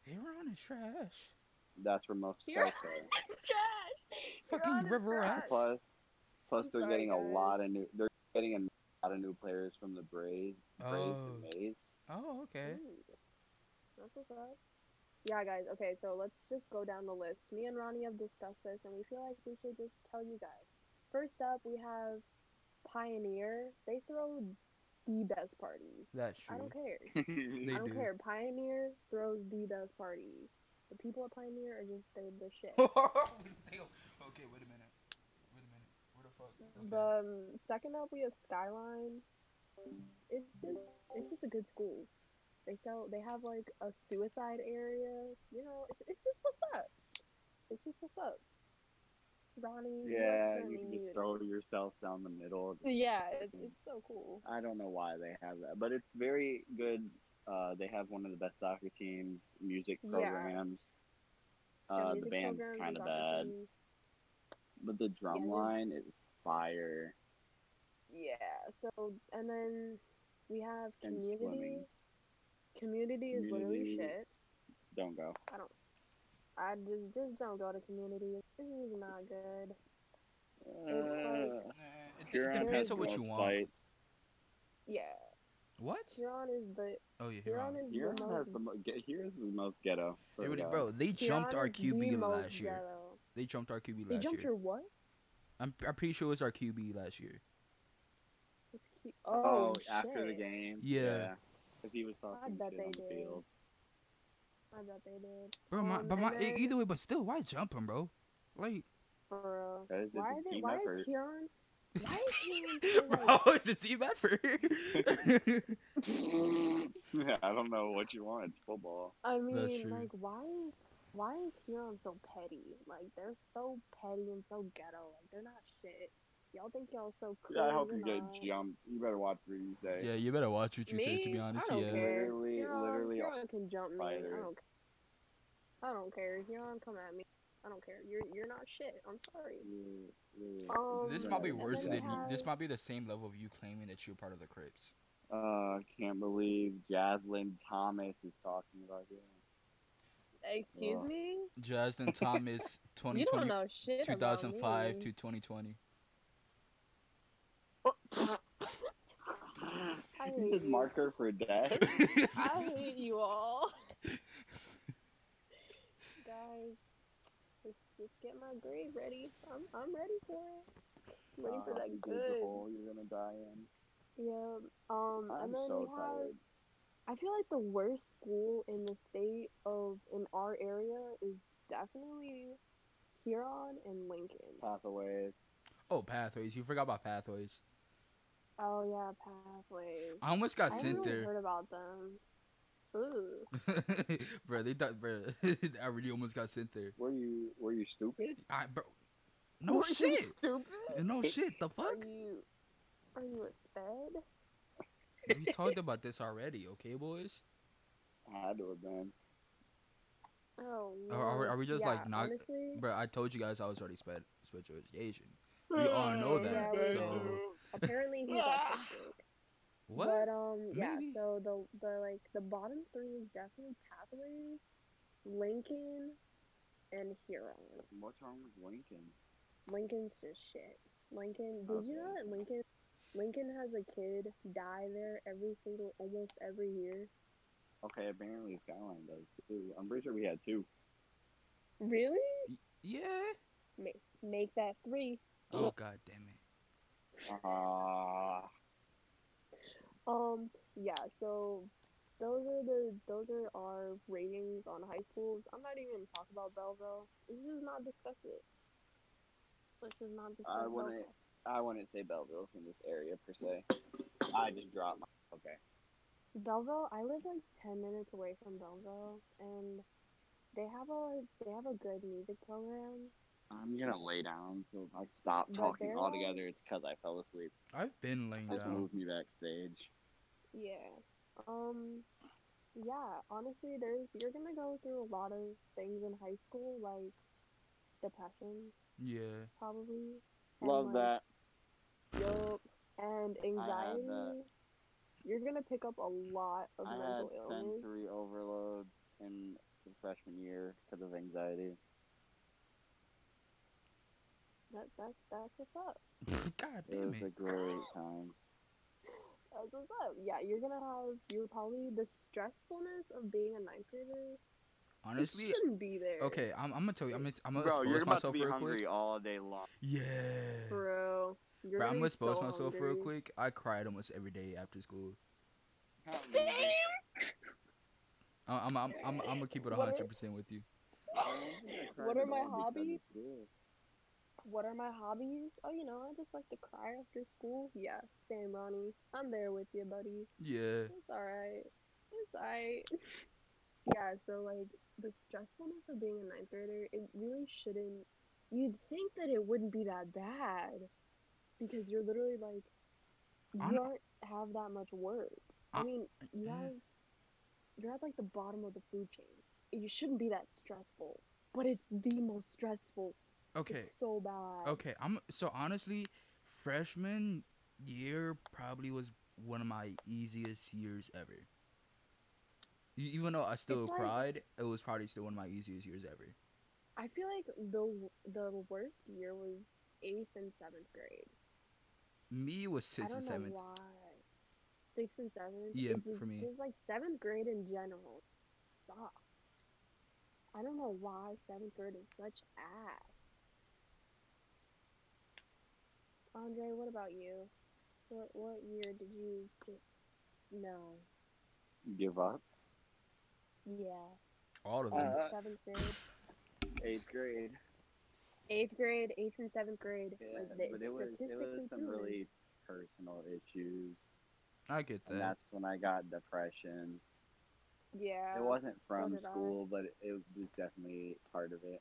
Huron is trash.
That's where most
You're-
scouts are.
It's trash.
Fucking
on his
river
trash.
rats.
Plus, plus
I'm
they're
sorry,
getting
guys.
a lot of new. They're getting a lot of new players from the Braves. Braves
Oh.
and Mays.
Oh, okay.
Ooh. That's what's up. Yeah, guys. Okay, so let's just go down the list. Me and Ronnie have discussed this, and we feel like we should just tell you guys. First up, we have Pioneer. They throw the best parties.
That's
I
true.
don't care.
They
I don't
do.
care. Pioneer throws the best parties. The people at Pioneer are just they the shit.
Damn. okay, wait a minute. Wait a minute. Where the fuck? Okay.
The um, second up, we have Skyline. It's just it's just a good school. They sell they have like a suicide area. You know, it's, it's just what's up. It's just what's up. Ronnie. you
Yeah,
like
you
Ronnie,
can
you-
just throw yourself down the middle.
Yeah, it's it's so cool.
I don't know why they have that, but it's very good. Uh, they have one of the best soccer teams, music
Yeah.
programs.
Their
Uh, the
music
band's
programs
kind of
is
bad,
awesome.
but the drum
Yeah, they-
line is fire.
Yeah. So and then we have
And
community.
swimming.
Community is literally
Community.
shit.
Don't go.
I just just don't go to community. This is not good.
Uh,
Nah, it- it,
Huron
depends
has
so
on what
girls
you want.
fights.
Yeah,
What?
Huron is the
Oh yeah, Huron.
Huron is
Huron
the
has
most
the mo- ge- here's the most ghetto.
They
swear to
really-
God.
bro, they jumped
Giannis
our
the
QB
most
last year.
ghetto.
They jumped our QB
They
last
jumped
year.
your what?
I'm, I'm pretty sure it was our QB last year.
What's Q-
Oh,
oh,
after the
shit.
game.
Yeah.
Because he was talking
bet
shit
they
on the
did.
field.
I bet they did.
Bro, my,
Um,
but
and
my, e-
then-
either way, but still, why jump him, bro? Like,
For real.
'Cause it's
Why
a
is it?
team
Why
effort.
is Huron? Why is Huron? so,
bro,
like-
it's a team effort.
yeah, I don't know what you want. It's football.
I
true.
mean, like, why is why is Huron so petty? Like, they're so petty and so ghetto. Like, they're not shit. Y'all think y'all so cool?
Yeah, I hope
you're
you get
not.
jumped. You better watch what you say.
yeah, you better watch what you
Me?
say. To be honest,
I don't
yeah.
care.
Literally-
Huron,
literally all
Huron can jump me. I
fighters.
don't. I don't care. Huron, come at me. I don't care. You're you're not shit. I'm sorry. Um,
This might be
And
worse
then
than
we
you, this
have-
might be the same level of you claiming that you're part of the Crips.
Uh, can't believe Jaslyn Thomas is talking about him.
Excuse
Wow.
me.
Jasmine Thomas,
You don't
2020,
know shit about
2005
me.
to 2020.
I
You just
hate
mark her for death.
I hate you all. Guys, just, just get my grade ready. I'm, I'm ready for it. I'm ready for
Uh,
that
you dig the
good.
hole You're gonna die in.
Yeah. Um.
I'm
and then we
so
have,
tired.
I feel like the worst school in the state of in our area is definitely Huron and Lincoln.
Pathways.
oh, Pathways. You forgot about Pathways.
Oh yeah, Pathways.
I almost got
I haven't
sent
really
there.
heard about them. Ooh.
bro, they thought, bro, I really almost got sent there.
Were you were you stupid?
I, bro, no
Were you
shit.
Stupid.
No shit. The fuck?
Are you are you a sped?
we talked about this already, okay, boys?
I had to have been.
Oh.
Are- are we-
no.
are we just,
Oh, Yeah,
like, not-
honestly,
Bro, I told you guys I was already sped special education. We all know that.
Yeah, we
so
do. Apparently he's autistic.
what?
But um, yeah.
Maybe.
So the the like the bottom three is definitely Pathways, Lincoln, and Huron.
What's wrong with Lincoln?
Lincoln's just shit. Lincoln. Did you know
Okay.
that Lincoln? Lincoln has a kid die there every single, almost every year.
Okay, apparently Skyline does too. I'm pretty sure we had two.
Really?
Yeah.
Make make that three.
Oh god damn it.
Ah,
Um, yeah, so those are the those are our ratings on high schools. I'm not even gonna talk about Belleville. Let's just not discuss it. Let's just not discuss
I wouldn't.
Belleville.
I wouldn't say Belleville's in this area per se. I just dropped my. Okay.
Belleville, I live like ten minutes away from Belleville and they have a they have a good music program.
I'm gonna lay down. So if I stop
But
talking
they're
altogether, it's because I fell asleep.
I've been laying
Just
down.
moved me backstage.
Yeah. Um yeah, honestly there's you're gonna go through a lot of things in high school, like depression
Yeah.
probably. and,
Love
like,
that.
Yup. And anxiety. You're gonna pick up a lot of
I had
mental illness.
sensory overload in the freshman year because of anxiety.
That, that's that's what's up.
god
It
damn
was a
it.
great time.
That's what's up. Yeah, you're gonna have you're probably the stressfulness of being a ninth grader. it
Honestly,
shouldn't be there.
okay, I'm, I'm gonna tell you, I'm gonna, I'm gonna
Bro, you're
expose
about to
myself
be
real
hungry
quick.
all day long.
Yeah.
bro. You're
Bro, I'm
gonna
gonna
be
expose
so
myself real
hungry.
quick. I cried almost every day after school. I- I'm, I'm, I'm, I'm gonna keep it
What?
100 percent with you.
What are my hobbies? What are my hobbies? Oh, you know, I just like to cry after school. Yeah, same, Ronnie. I'm there with you, buddy.
Yeah.
It's alright. It's alright. Yeah, so like the stressfulness of being a ninth grader, it really shouldn't. You'd think that it wouldn't be that bad because you're literally like,
I'm-
you don't have that much work. I
I-
mean, you
yeah.
have, you're at like the bottom of the food chain. You shouldn't be that stressful, but it's the most stressful.
Okay.
It's so bad.
Okay. I'm so honestly, freshman year probably was one of my easiest years ever. E- Even though I still
It's like-
cried, it was probably still one of my easiest years ever.
I feel like the the worst year was eighth and seventh grade.
Me was
I
sixth
don't
and seventh.
know why. Sixth and seventh.
Yeah,
It's just,
for me.
Just like seventh grade in general sucks. I don't know why seventh grade is such ass. Andre, what about you? What what year did you just no?
Give up.
Yeah,
All of them.
Uh,
seventh grade,
Eighth grade.
eighth grade, eighth and seventh grade.
Yeah,
like,
but
they
it was it was
statistically
some
do it.
really personal issues,
I get
and
that.
that's when I got depression.
yeah.
It wasn't from
did I.
school, but it was definitely part of it.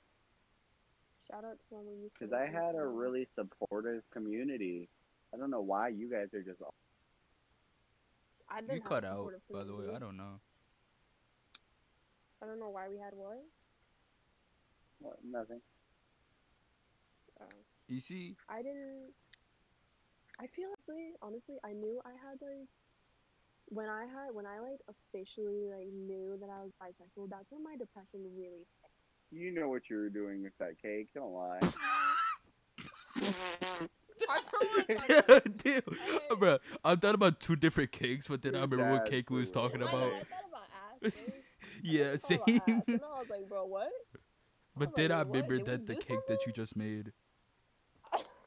Shout out to when we used to
Because I
listen to
had a
them.
really supportive community. I don't know why you guys are just. all-
I didn't
You
have
cut out,
supportive
by the way.
community.
I don't know.
I don't know why we had what.
What, nothing.
Oh.
You see,
I didn't. I feel honestly, honestly, I knew I had like when I had when I like officially like knew that I was bisexual. That's when my depression really.
You know what you were doing with that cake. Don't lie.
Damn, bro. uh, I thought about two different cakes, but then I remember what
That's
cake we was
cool.
talking
What
I, know,
about.
I thought about ass. dude.
Yeah,
I thought about ass,
same.
And I was like, bro, what?
But
like,
then I
"What?
remembered
Did we
that the
do
cake that you just made.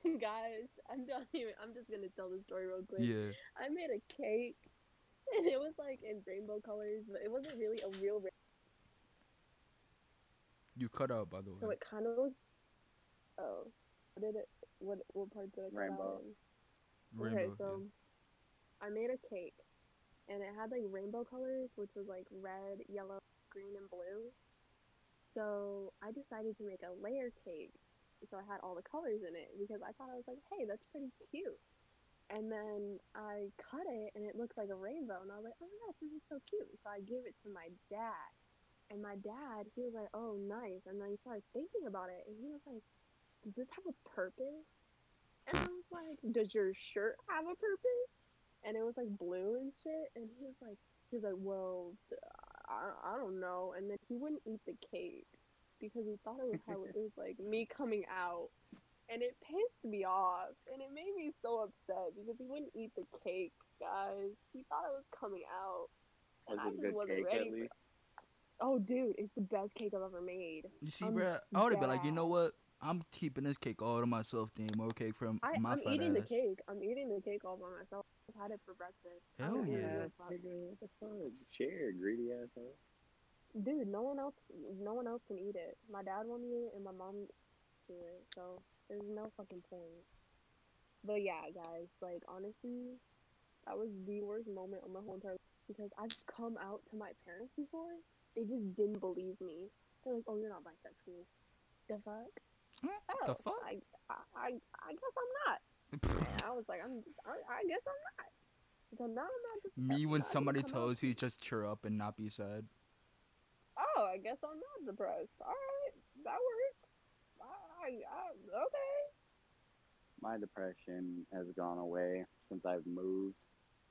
Guys, I'm not even. I'm just gonna tell the story real quick.
Yeah.
I made a cake, and it was like in rainbow colors, but it wasn't really a real rainbow.
You cut out, by the
So
way.
it kind of looked. Oh, what did it? What what part did I cut out
Rainbow.
in? okay,
Rainbow,
so I made a cake, and it had like rainbow colors, which was like red, yellow, green, and blue. So I decided to make a layer cake, so I had all the colors in it because I thought I was like, hey, that's pretty cute. And then I cut it, and it looked like a rainbow, and I was like, oh my gosh, this is so cute. So I gave it to my dad, and my dad, he was like, oh nice, and then he started thinking about it, and he was like, does this have a purpose? And I was like, Does your shirt have a purpose? And it was like blue and shit. And he was like, He was like, Well, d- I, I don't know. And then he wouldn't eat the cake because he thought it was how it was like me coming out. And it pissed me off. And it made me so upset because he wouldn't eat the cake, guys. He thought it was coming out.
Was it
I
a
just
good
wasn't
cake
ready
at
for-
least?
Oh, dude, it's the best cake I've ever made.
You see,
I'm
bruh, I would have been like, you
dead.
know what? I'm keeping this cake all to myself. Then more cake from,
I,
from my
I'm
fat
eating the
ass.
cake. I'm eating the cake all by myself. I've had it for breakfast. I
Oh,
Hell
don't give a
yeah.
fuck.
Nigga, what the fuck? Share, greedy asshole.
Dude, no one else, no one else can eat it. My dad won't eat it, and my mom do it. So there's no fucking point. But yeah, guys, like honestly, that was the worst moment of my whole entire life because I've come out to my parents before. They just didn't believe me. They're like, "Oh, you're not bisexual." The fuck?
Huh?
Oh,
The fuck?
I, I, I, I guess I'm not. And I was like, I'm, I, I guess I'm not. So now I'm not. Just,
Me when
I can
somebody
come out-
tells you, just cheer up and not be sad.
Oh, I guess I'm not depressed. All right, that works. I, I, I okay.
My depression has gone away since I've moved,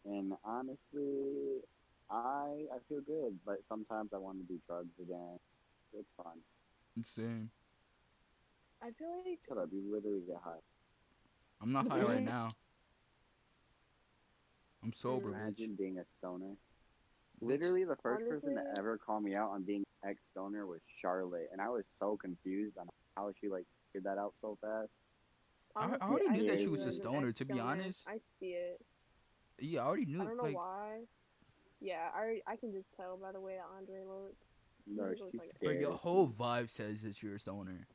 and honestly, I I feel good. But sometimes I want to do drugs again. It's fun.
Insane.
I feel like
Shut up, you literally get high.
I'm not high right
Really?
now. I'm sober, bitch.
Imagine being a stoner. Literally, the first person to
honestly-
ever call me out on being ex stoner was Charlotte, and I was so confused on how she like figured that out so fast.
I- I
honestly,
already
knew that she
see
was
it
a
in the
stoner,
next
to be
stoner.
honest.
I see it.
Yeah, I already knew.
I don't know
like,
why. Yeah, I, already- I can just tell by the way that Andre looks.
No,
It was
she's
like- Like,
bro,
scared.
your whole vibe says that you're a stoner.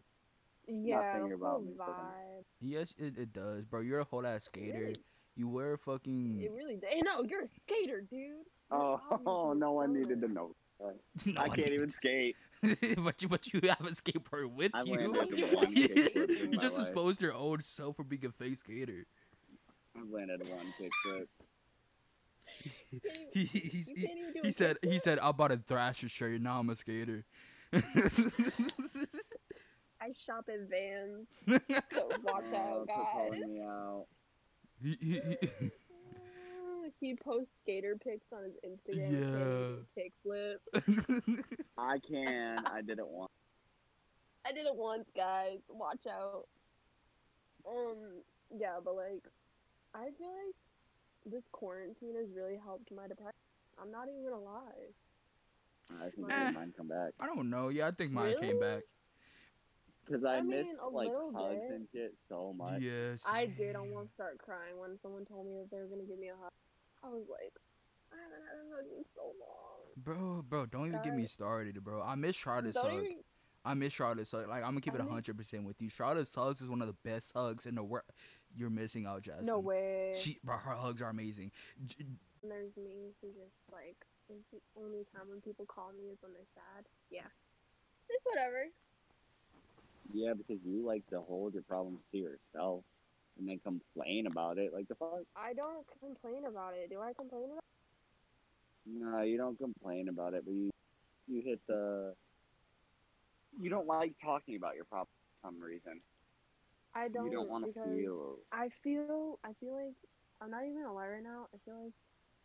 Yeah,
Nothing
the
about
whole
me, so then-
vibe.
Yes, it, it does, bro. You're a whole ass
It
skater. Hmm.
really,
You wear a
it
fucking.
really did. Hey, no, you're a skater, dude. You're
Oh,
obviously a
no one needed
stoner.
to know.
No,
I can't even skate.
but you, but you have a skateboard with
I
you.
landed
You-
on one kickflip in
you
my
just
life.
exposed your own self for being a fake skater.
I landed on one kickflip.
You can't even-
He he, he's-
you
he,
can't even do
he
a
said he
kickflip?
said I bought a Thrasher shirt. Now I'm a skater.
I shop at Vans.
he,
So watch
Oh,
out,
quit
guys.
calling me out.
he, he-
He posts skater pics on his Instagram. and Kickflip.
I can. I did it once.
I did it once, guys. Watch out. Um, yeah, but like, I feel like this quarantine has really helped my depression. I'm not even gonna lie.
I think
Eh.
mine come back
I don't know. Yeah, I think mine came
Really?
back.
because I,
I mean,
missed
a
like
little
hugs
bit.
and shit so much.
Yes.
I did almost start crying when someone told me that they were gonna give me a hug. I was like, I haven't had a hug in so long.
Bro, bro, don't even get me
Guys.
started, bro. I miss Charlotte
Don't
Suggs.
even-
I miss Charlotte Suggs. Like I'm gonna keep
I
it
miss-
hundred percent with you. Charlotte Suggs is one of the best hugs in the world. You're missing out, Jasmine.
no way.
She, bro, her hugs are amazing. J-
And there's me who just like is the only time when people call me is when they're sad. Yeah. It's whatever.
Yeah, because you like to hold your problems to yourself and then complain about it. Like the fuck?
I don't complain about it. Do I complain about it?
No, you don't complain about it, but you you hit the. You don't like talking about your problems for some reason.
I don't
you don't want to
because
feel.
I feel I feel like I'm not even gonna lie right now. I feel like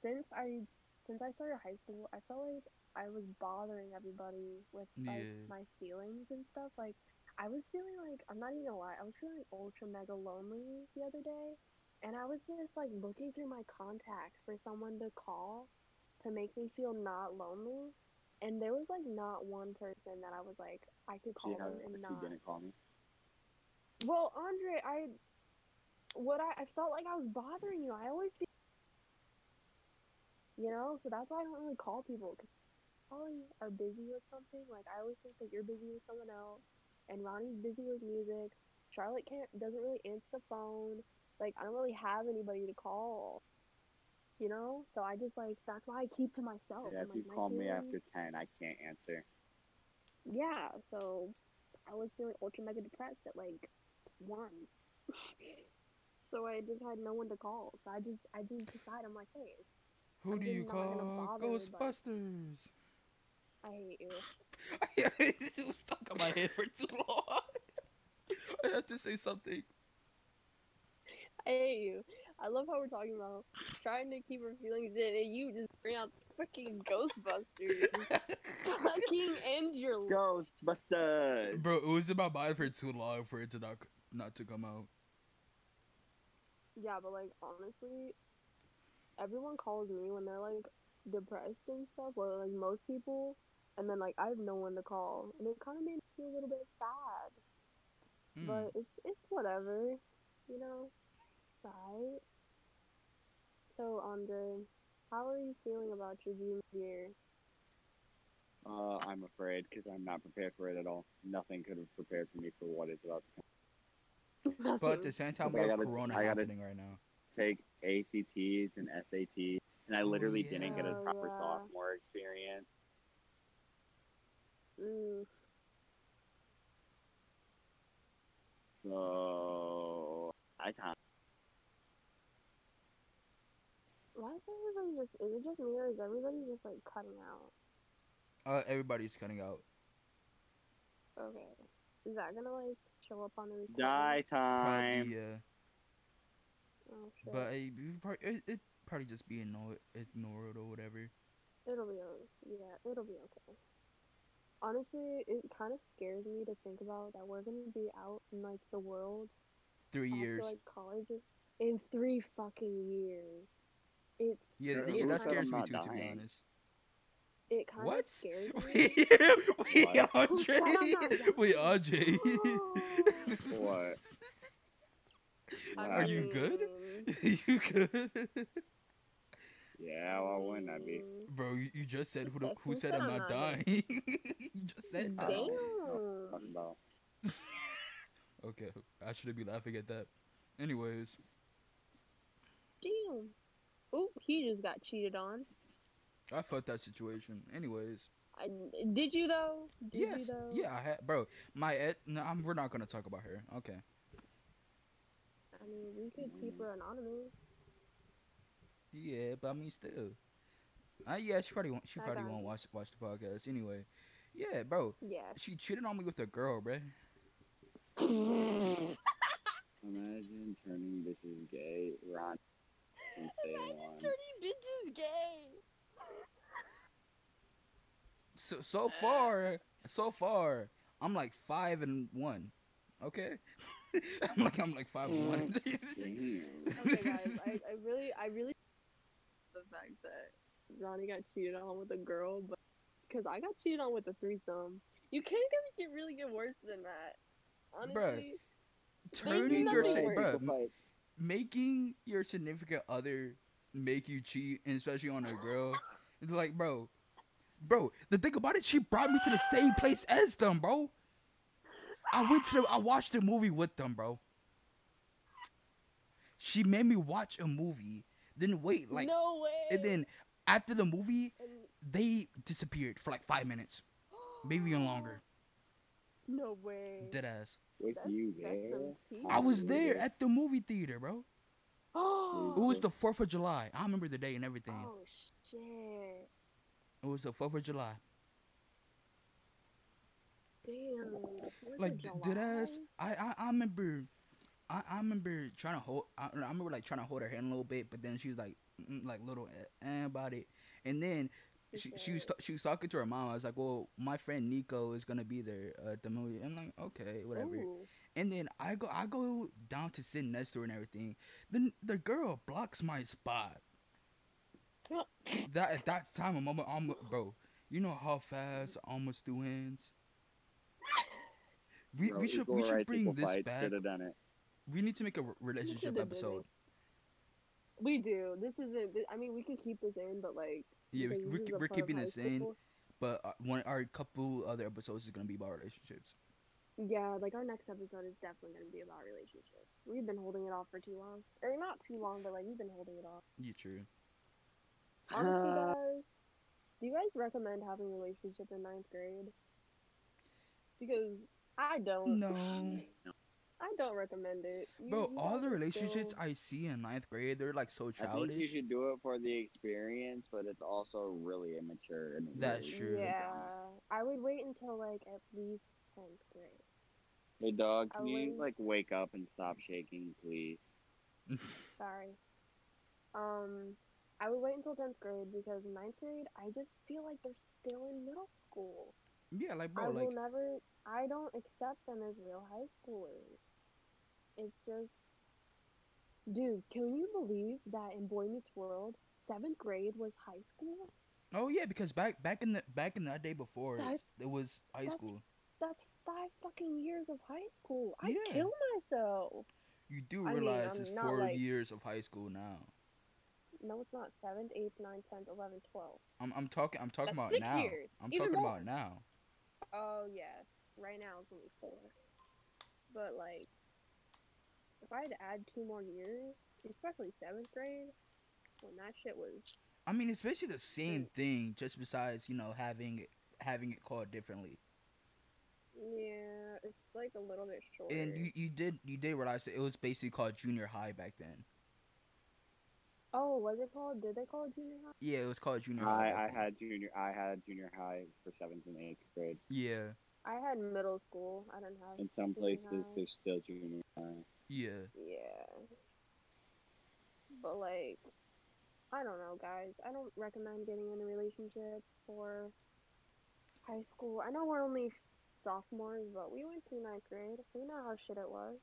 since I since I started high school, I felt like I was bothering everybody with like
Yeah.
my feelings and stuff. Like I was feeling like I'm not even gonna lie, I was feeling ultra mega lonely the other day, and I was just like looking through my contacts for someone to call to make me feel not lonely. And there was like not one person that I was like I could
She,
call
has,
them and
she
not
didn't call me.
well, Andre, I what I, I felt like I was bothering you. I always feel you know, so that's why I don't really call people because probably are busy with something. Like I always think that you're busy with someone else, and Ronnie's busy with music. Charlotte can't doesn't really answer the phone. Like I don't really have anybody to call. You know, so I just like that's why I keep to myself.
Yeah, if
I'm like,
you
my
call me
feelings-
after ten, I can't answer.
yeah, so I was feeling ultra mega depressed at like one. so I just had no one to call. So I just I just decided I'm like, hey,
Who
I'm
do
just
you
not gonna
call?
bother everybody.
Ghostbusters.
I hate you.
it was stuck on my head for too long. I have to say something.
I hate you. I love how we're talking about trying to keep our feelings in, and you just bring out fucking Ghostbusters. fucking end your life.
Ghostbusters.
Bro, it was in my mind for too long for it to not not to come out.
Yeah, but like honestly, everyone calls me when they're like depressed and stuff, or like most people, and then like I have no one to call, and it kind of made me feel a little bit sad.
Hmm.
But it's it's whatever, you know, it's alright. So Andre, how are you feeling about your junior year?
Uh, I'm afraid because I'm not prepared for it at all. Nothing could have prepared for me for what is about to
But at the same time, we
I
have
gotta-
Corona
I gotta-
happening right now.
come. Take ACTs and SATs, and I
Oh,
literally didn't get a
yeah.
proper
Yeah.
sophomore experience.
Mm,
So I can't.
why is everybody just? Is it just me or is everybody just like cutting out?
Uh, everybody's cutting out.
Okay, is that gonna like show up on the recording?
Die time.
Probably, yeah.
Oh, shit.
But it, it, prob- it, it probably just be ignored, ignored or whatever.
It'll be o yeah, it'll be okay. Honestly, it kind of scares me to think about that we're gonna be out in like the world
Three years.
after like college is- in three fucking years. It's
yeah,
Bro,
th- yeah,
who
that
said
scares
I'm
me
not
too, to be
dying?
honest.
it kind
What?
of scares me.
What?
We, we Andre.
Who said I'm not dying?
We Andre.
What?
I
Are you good?
mean,
you good?
Yeah, why wouldn't I be?
mm,
Bro, you, you just said who, the,
Yes,
who
you
said I'm not dying. you just said that. uh,
Dang.
Damn.
Fucking about.
Okay, I shouldn't be laughing at that. Anyways,
Damn. Ooh, he just got cheated on.
I fucked that situation. Anyways,
I, did you though? Did you
yes,
though?
yeah, I had, bro. My ed, no, I'm, we're not gonna talk about her. Okay,
I mean, we could keep her anonymous.
yeah, but I mean, still, uh, yeah, she probably won't. She
I
probably
got
won't
you.
watch watch the podcast anyway. Yeah, bro,
Yeah.
she cheated on me with a girl, bro.
Imagine turning bitches gay, Ron. Since day one.
bitches gay.
So so far, so far, I'm like five and one. Okay, I'm like I'm like five and one.
Damn.
Okay, guys, I, I really, I really the fact that Ronnie got cheated on with a girl, but because I got cheated on with a threesome, you can't really get really get worse than that. Honestly,
Turning your
nothing
shit,
worse.
bro. making your significant other make you cheat, and especially on a girl, it's like, bro, bro. The thing about it, she brought me to the same place as them, bro. I went to the, I watched the movie with them, bro. She made me watch a movie, then wait like,
no way.
and then after the movie,
And-
they disappeared for like five minutes, maybe even longer.
No way.
Dead ass.
With
That's-
you
that's
there?
some tea.
I was there at the movie theater, bro. It
oh
was the Fourth of July. I remember the day and everything.
shit!
It was the Fourth of July.
Damn. Fourth of
like d- did ass.
July?
I, I I remember, I, I remember trying to hold. I, I remember like trying to hold her hand a little bit, but then she was like mm, like little eh, eh, about it, and then. She, she was ta- she was talking to her mom. I was like, "Well, my friend Nico is gonna be there uh, at the movie." I'm like, "Okay, whatever."
Ooh.
And then I go I go down to sit next to her and everything. Then the girl blocks my spot. that at that time, I'm almost, bro. You know how fast I almost do hands. We,
Bro,
we should
equal
we should
rights,
bring
equal
this
fights,
back.
Should have done it.
We need to make a re- relationship
have
episode.
We do. This isn't. Th- I mean, we could keep this in, but like.
Yeah, we, we, c-
because this is
we're
a part of
keeping
high
this in,
school.
but uh, one our couple other episodes is gonna be about relationships.
Yeah, like our next episode is definitely going to be about relationships. We've been holding it off for too long, or not too long, but like we've been holding it off.
You true.
Honestly,
Uh,
guys, do you guys recommend having a relationship in ninth grade? Because I don't.
No,
I don't recommend it. You-
bro.
you
All
guys
the
are
relationships
still-
I see in ninth grade, they're like so
I think you
childish.
should do it for the experience, but it's also really immature. And
That's
really
true.
Yeah, I would wait until like at least tenth grade.
Hey, dog,
I
can you
wouldn't-
like wake up and stop shaking, please?
Sorry. Um, I would wait until tenth grade because ninth grade, I just feel like they're still in middle school.
Yeah, like
I
bro, like
will never. I don't accept them as real high schoolers. It's just, dude, can you believe that in Boy Meets World, seventh grade was high school?
oh yeah, because back back in the back in that day before
That's-
it was high
that's-
school.
That's five fucking years of high school. I
Yeah.
kill myself.
You do
I mean,
realize
I'm
it's
not,
four
like-
years of high school now.
No, it's not. Seventh, eighth, ninth, tenth, eleventh, twelve.
I'm I'm talking I'm talking
That's
about
six
now.
years,
I'm
even
talking
more.
about now.
Oh yeah, right now it's only four. But like, if I had to add two more years, especially seventh grade, when that shit was
I mean, it's basically the same thing, just besides you know having it having it called differently.
yeah, it's like a little bit shorter.
And you, you did you did realize that it was basically called junior high back then.
oh, was it called? Did they call it junior high?
Yeah, it was called junior
I,
high.
I
back then.
had junior I had junior high for seventh and eighth grade.
Yeah,
I had middle school. I didn't have.
In some
junior
places
high.
there's still junior high.
yeah.
Yeah. But like, I don't know, guys. I don't recommend getting in a relationship for high school. I know we're only sophomores, but we went through ninth grade. We know how shit it was.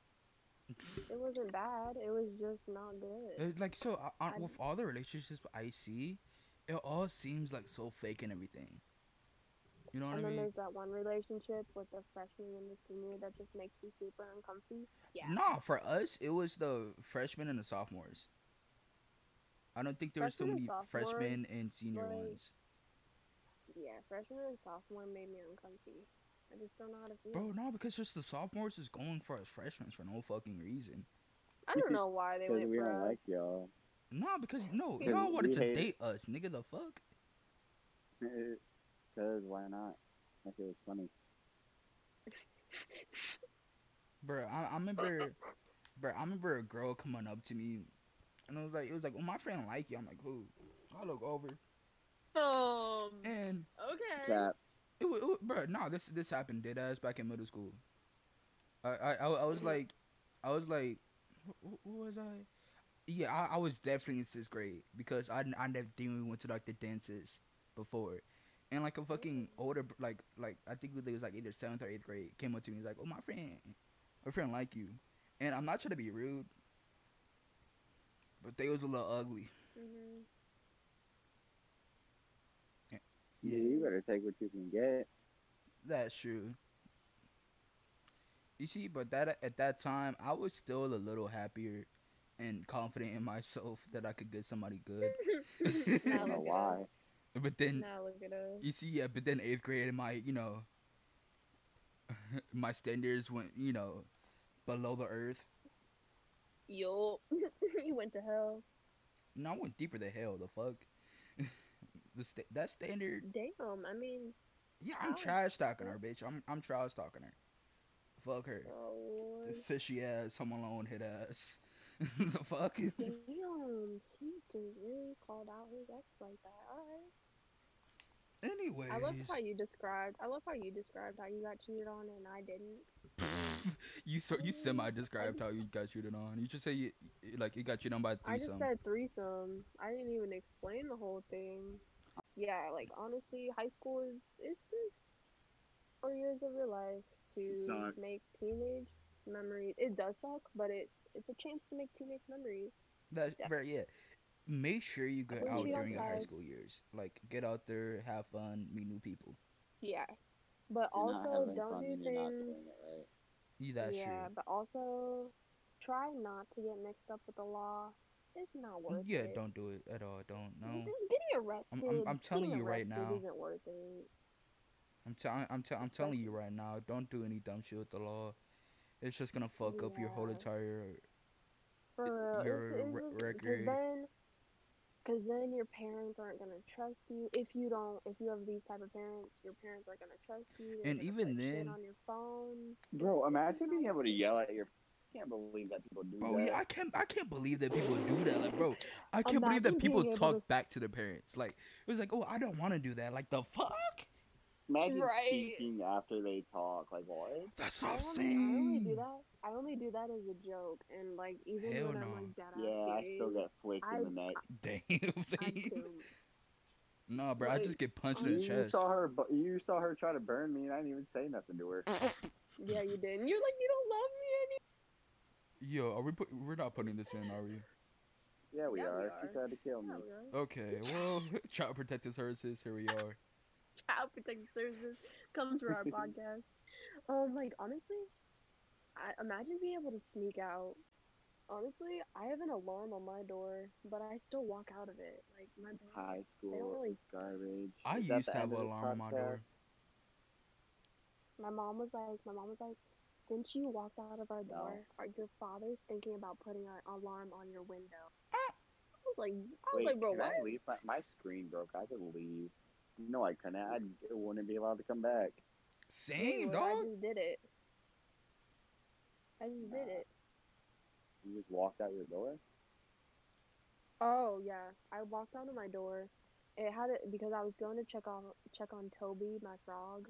It wasn't bad. It was just not good.
It's like so I, I,
I-
with all the relationships I see, it all seems like so fake and everything. You know what
and
I
then
mean?
there's that one relationship with the freshman and the senior that just makes you super uncomfy. Yeah.
Nah, for us it was the freshmen and the sophomores. I don't think there were so
Freshmen
many
and sophomores,
freshmen and senior
like-
ones.
Yeah, freshman and sophomore made me uncomfy. I just don't know how to feel.
Bro, no, because just the sophomores is going for us freshmen for no fucking reason.
I don't know why they
Because
went
we
for
don't
us.
like y'all.
No, because no,
Yeah,
y'all wanted
we
to
hate-
date us, nigga. The fuck?
Because why not? That shit was funny.
Bro, I, I remember, bro, I remember a girl coming up to me, and I was like, it was like, well, my friend like you. I'm like, who? I look over,
Um.
and
Okay.
Cap.
it, wa- it wa- bro, nah, this this happened dead ass back in middle school. I I, I, I was like, I was like, what was I? Yeah, I, I was definitely in sixth grade because I I never even went to like the dances before. And like a fucking older, br- like like I think it was like either seventh or eighth grade, came up to me. He's like, "Oh, my friend, my friend like you," and I'm not trying to be rude, but they was a little ugly.
hmm
Yeah, you better take what you can get.
That's true. You see, but that at that time, I was still a little happier and confident in myself that I could get somebody good.
I don't know
Okay.
why.
But then
now look at us.
you see, yeah, but then eighth grade, my you know, my standards went you know below the earth.
Yup. you went to hell.
No, I went deeper than hell. The fuck, the sta that standard.
Damn. I mean,
Yeah, I'm
Wow.
trash talking her, bitch. I'm I'm trash talking her. Fuck her,
oh Lord.
fishy ass, home alone, hit ass. the fuck.
Damn. He just really called out his ex like that. All right.
Anyways,
I love how you described. I love how you described how you got cheated on and I didn't.
you so
Mm-hmm.
you semi described how you got cheated on. You just say you you- like you got cheated on by a
I just
threesome.
said threesome. I didn't even explain the whole thing. Yeah, like honestly, high school is it's just four years of your life to
sucks.
make teenage memories. It does suck, but it's it's a chance to make teenage memories.
That's
yeah.
very yeah. Make sure you get
Wouldn't
out
you
during your high
guys-
school years. Like get out there, have fun, meet new people.
Yeah, but
You're not
also
having
don't
fun
do
and you're not
things.
doing it right.
Yeah, that's
yeah, but also try not to get mixed up with the law. It's not
true.
worth
Yeah,
it. Mm-hmm.
don't do it at all. Don't no.
Just getting arrested.
I'm telling
getting
you right
arrested
now.
Isn't worth it.
I'm telling I'm tell- I'm telling you right now. Don't do any dumb shit with the law. It's just gonna fuck up your whole
Yeah.
entire.
For real,
your
it's, it's
re-
just- 'cause
record.
then, because then your parents aren't gonna trust you if you don't. If you have these type of parents, your parents aren't gonna trust you. they're
And
gonna
even
put shit
then-
on your phone.
Bro, imagine being able to yell at your. I can't believe that people do
Bro,
that.
Oh, yeah, I can't I can't believe that people do that. Like, bro, I can't believe
Imagine
that people
being able
talk
to s-
back to their parents. Like, it was like, oh, I don't want to do that. Like the fuck.
Imagine
Right.
speaking after they talk. Like what?
That's
I
what I'm
only- I only do
saying.
that. I only do that as a joke, and like even
Hell
when
no.
I'm like dead
Yeah,
ass
I still
serious,
get flicked
I-
in the neck.
Damn,
I
see?
too.
No, bro, I
Like,
just get punched in
You
the chest.
saw her. bu- You saw her try to burn me, and I didn't even say nothing to her.
Yeah, you did. And you're like, you don't love me anymore.
Yo, are we put? We're not putting this in, are we?
Yeah, we
Yeah, we
are. She
are.
tried to kill me.
Yeah, girl.
Okay, well, child protective services. Here we are.
Child Protective Services come through our podcast. Um, like honestly, I imagine being able to sneak out. Honestly, I have an alarm on my door, but I still walk out of it. Like my door.
High school
really-
is garbage.
I
Is that
used
the
to have
end
an
of this
alarm on my
podcast?
door.
My mom was like, my mom was like, since you walked out of our door, our, your father's thinking about putting an alarm on your window. I was like, I was
Wait,
like, bro,
can
what?
I leave? My, my screen broke. I could leave. No, I couldn't. I wouldn't be allowed to come back.
Same,
Anyways, I
dog.
just did it. I just did
Nah.
it.
You just walked out your door.
Oh yeah, I walked out of my door. It had it because I was going to check on check on Toby, my frog.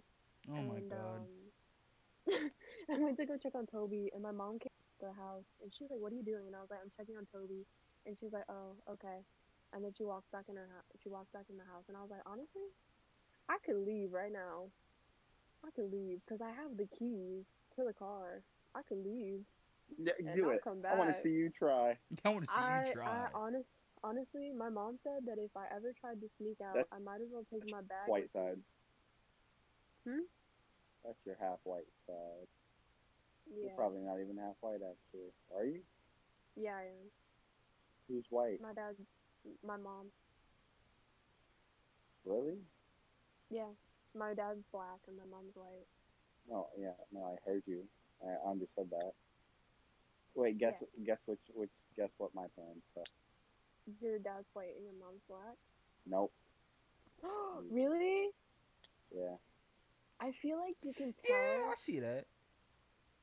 Oh my god.
Um, I went to go check on Toby, and my mom came to the house, and she's like, "What are you doing?" And I was like, "I'm checking on Toby," and she's like, "Oh, okay." And then she walks back in her house. She walks back in the house, and I was like, "Honestly, I could leave right now. I could leave because I have the keys to the car. I could leave
Yeah,
and
do
I'll
it.
come
I
back."
want to see you try.
I want to see
um, I,
you try.
I honest, honestly, my mom said that if I ever tried to sneak out,
That's-
I might as well take
that's
my bag.
White
with
side.
me. Hmm?
That's your half white side. You're
Yeah,
probably not even half white actually. Are you?
yeah, I am.
Who's white?
My dad, my mom.
Really?
Yeah, my dad's black and my mom's white.
No, yeah, no, I heard you. I understood that. Wait, guess guess which which guess what my parents said.
Your dad's white and your mom's black.
Nope.
really?
Yeah.
I feel like you can tell.
yeah, I see that.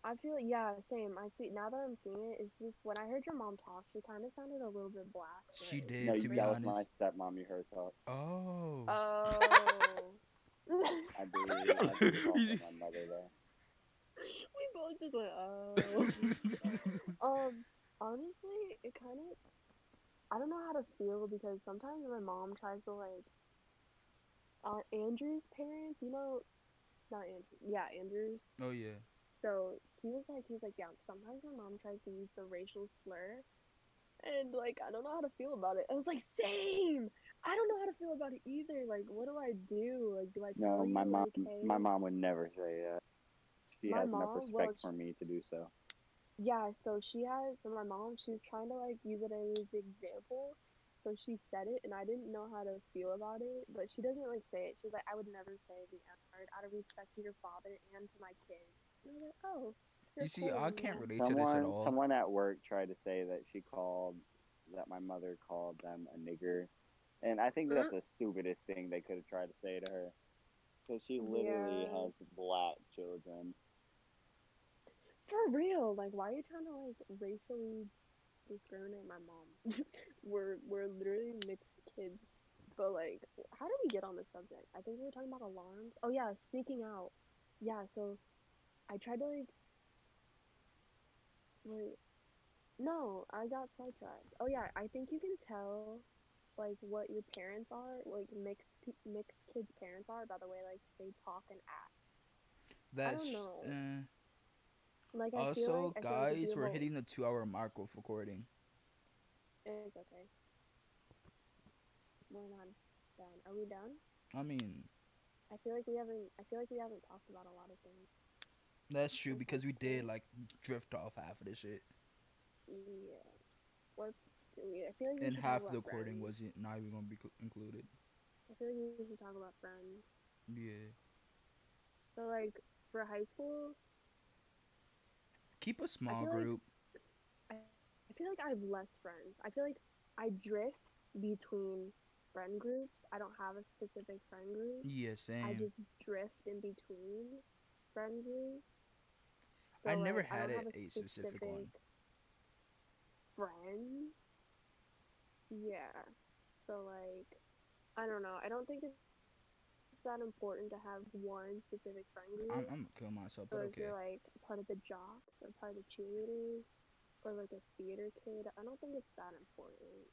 I feel like yeah, same. I see now that I'm seeing it. It's just when I heard your mom talk, she kind of sounded a little bit black.
She
but-
did,
no,
to
you
be
that
honest.
was my stepmom you heard talk.
Oh.
Oh.
I believe I believe talk to my mother though.
we both just went oh. Um, honestly, it kind of. I don't know how to feel because sometimes my mom tries to like. Uh, Andrew's parents, you know, not Andrew. Yeah, Andrew's.
oh yeah.
So he was like, he was like, yeah. Sometimes my mom tries to use the racial slur, and like, I don't know how to feel about it. I was like, same. I don't know how to feel about it either. Like, what do I do? Like, do I?
No,
tell
my
you,
mom
like, hey-
my mom would never say that. She
My
has enough
mom?
respect for
Well, she-
me to do so.
Yeah, so she has, so my mom, she's trying to like use it as an example. So she said it, and I didn't know how to feel about it, but she doesn't like say it. She's like, I would never say the N word out of respect to your father and to my kids. And I was like, oh, you're
You see,
cool
I
with
can't
that."
relate to this at
Someone
all.
someone at work tried to say that she called that my mother called them a nigger. And I think that's the stupidest thing they could have tried to say to her. Because she literally
Yeah.
has black children.
For real, like, why are you trying to like racially discriminate my mom? we're we're literally mixed kids, but like, how do we get on this subject? I think we were talking about alarms. Oh yeah, sneaking out. Yeah, so I tried to like. Wait, no, I got sidetracked. Oh yeah, I think you can tell, like, what your parents are, like mixed pe- mixed kids' parents are by the way like they talk and act.
That's
know.
eh.
Like I
also,
feel like, I feel like if
guys,
you
we're
have a-
hitting the two-hour mark of recording.
It's okay. We're not done. Are we done?
I mean,
I feel like we haven't. I feel like we haven't talked about a lot of things.
that's true because we did like drift off half of this shit,
Yeah. Let's. We, I feel like we
and
should
half
talk
of the
about
recording
friends.
wasn't not even gonna be co- included.
I feel like we should talk about friends.
Yeah.
So like for high school,
Keep a small
feel like-
group.
I feel like I have less friends. I feel like I drift between friend groups. I don't have a specific friend group.
yeah, same.
I just drift in between friend groups.
I never
like, I
had
don't have
a- a specific one.
Friends. Yeah. So like, I don't know. I don't think it's it's that important to have one specific friend group.
I'm, I'm gonna kill myself, but
or if
okay.
you're like part of the jocks or part of the cheerleaders or like a theater kid, I don't think it's that important.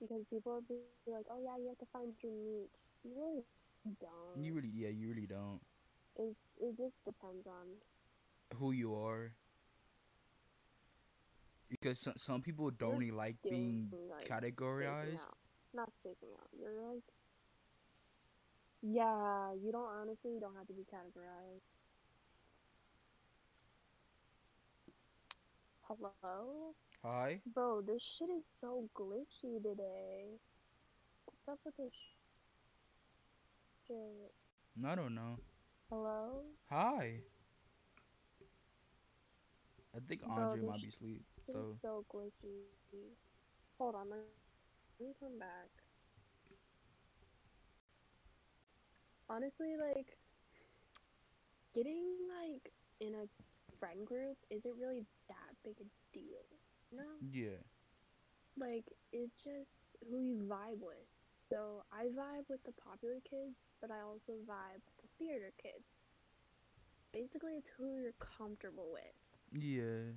Because people would be like, Oh yeah, you have to find your niche. You really don't.
You really, yeah, you really don't.
it's it just depends on
Who you are. Because some, some people don't really like being
doing, like, spacing
categorized.
out. Not spacing out. You're like Yeah, you don't honestly you don't have to be categorized. Hello?
Hi.
Bro, this shit is so glitchy today. What's up with this sh- shit?
No, I don't know.
Hello?
Hi. I think
Bro,
Andre
this
might be asleep.
This
So-
is so glitchy. Hold on, let let me come back. Honestly, like, getting, like, in a friend group isn't really that big a deal. No?
Yeah.
like it's just who you vibe with. So I vibe with the popular kids, but I also vibe with the theater kids. Basically, it's who you're comfortable with.
Yeah.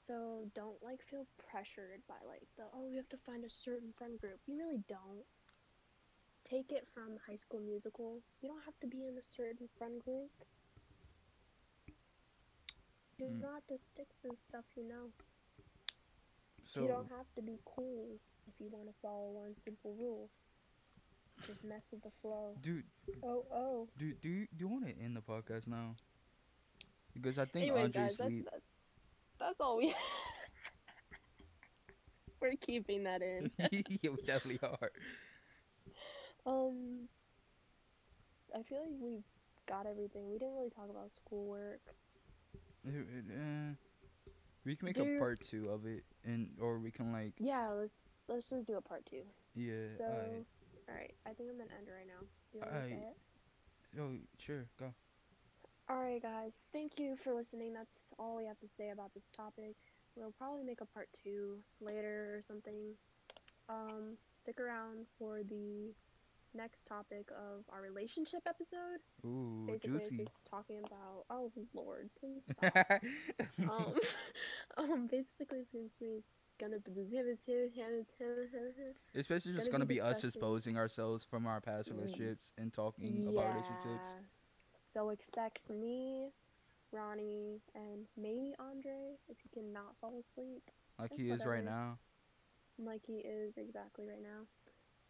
So don't like feel pressured by like the oh we have to find a certain friend group. You really don't. Take it from High School Musical. You don't have to be in a certain friend group. You
Mm.
don't have to stick to the stuff you know.
So
You don't have to be cool if you want to follow one simple rule. Just mess with the flow.
do
Oh, oh.
do do you, do you want to end the podcast now? Because I think
Anyways,
Andre's
guys, that's,
asleep.
that's, that's all we We're keeping that in.
yeah, we definitely are.
um, I feel like we got everything. We didn't really talk about schoolwork.
Uh, uh, we can make
Do-
a part two of it, and or we can like
Yeah, let's let's just do a part two.
yeah.
So,
alright.
all right, I think I'm gonna end it right now. Do you want to
I-
say it?
Oh, sure, go.
Alright, guys, thank you for listening. That's all we have to say about this topic. We'll probably make a part two later or something. Um, stick around for the next topic of our relationship episode.
Ooh,
Basically, it's
juicy.
just talking about. Oh, Lord, please stop. um, um, basically, since we're gonna.
Especially just
gonna
gonna
be
be, us
disgusting.
exposing ourselves from our past
Mm.
relationships and talking Mm, about relationships.
Yeah. So expect me, Ronnie, and maybe Andre if he cannot fall asleep.
Like
That's
he is
whatever.
right now.
like he is exactly right now.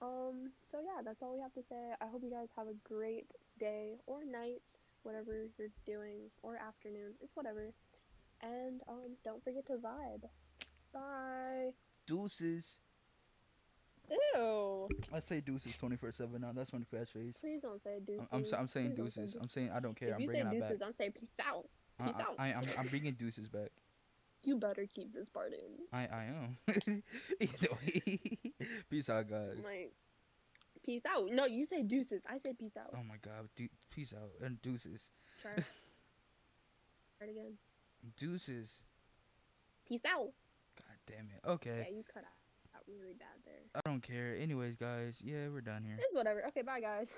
Um, so yeah, that's all we have to say. I hope you guys have a great day or night, whatever you're doing, or afternoon. It's whatever. And um, don't forget to vibe. Bye.
Deuces.
Ew.
I say deuces twenty four seven now. That's my catchphrase.
Please don't say
I'm-
deuces.
I'm, sa- I'm saying
Please don't say
deuces.
deu-
I'm saying I don't care.
If
I'm
you say
bringing that
deuces,
back.
I'm saying peace out.
I,
peace out.
I, I, am I'm bringing deuces back.
You better keep this part in.
I, I am. Either way. Peace out, guys.
Like, peace out. No, you say deuces. I say peace out.
Oh my god. Du- peace out and deuces.
Try it Try it again.
Deuces.
Peace out.
God damn it. Okay.
Yeah, you cut out, out really bad there.
I don't care. Anyways, guys. Yeah, we're done here.
It's whatever. Okay, bye guys.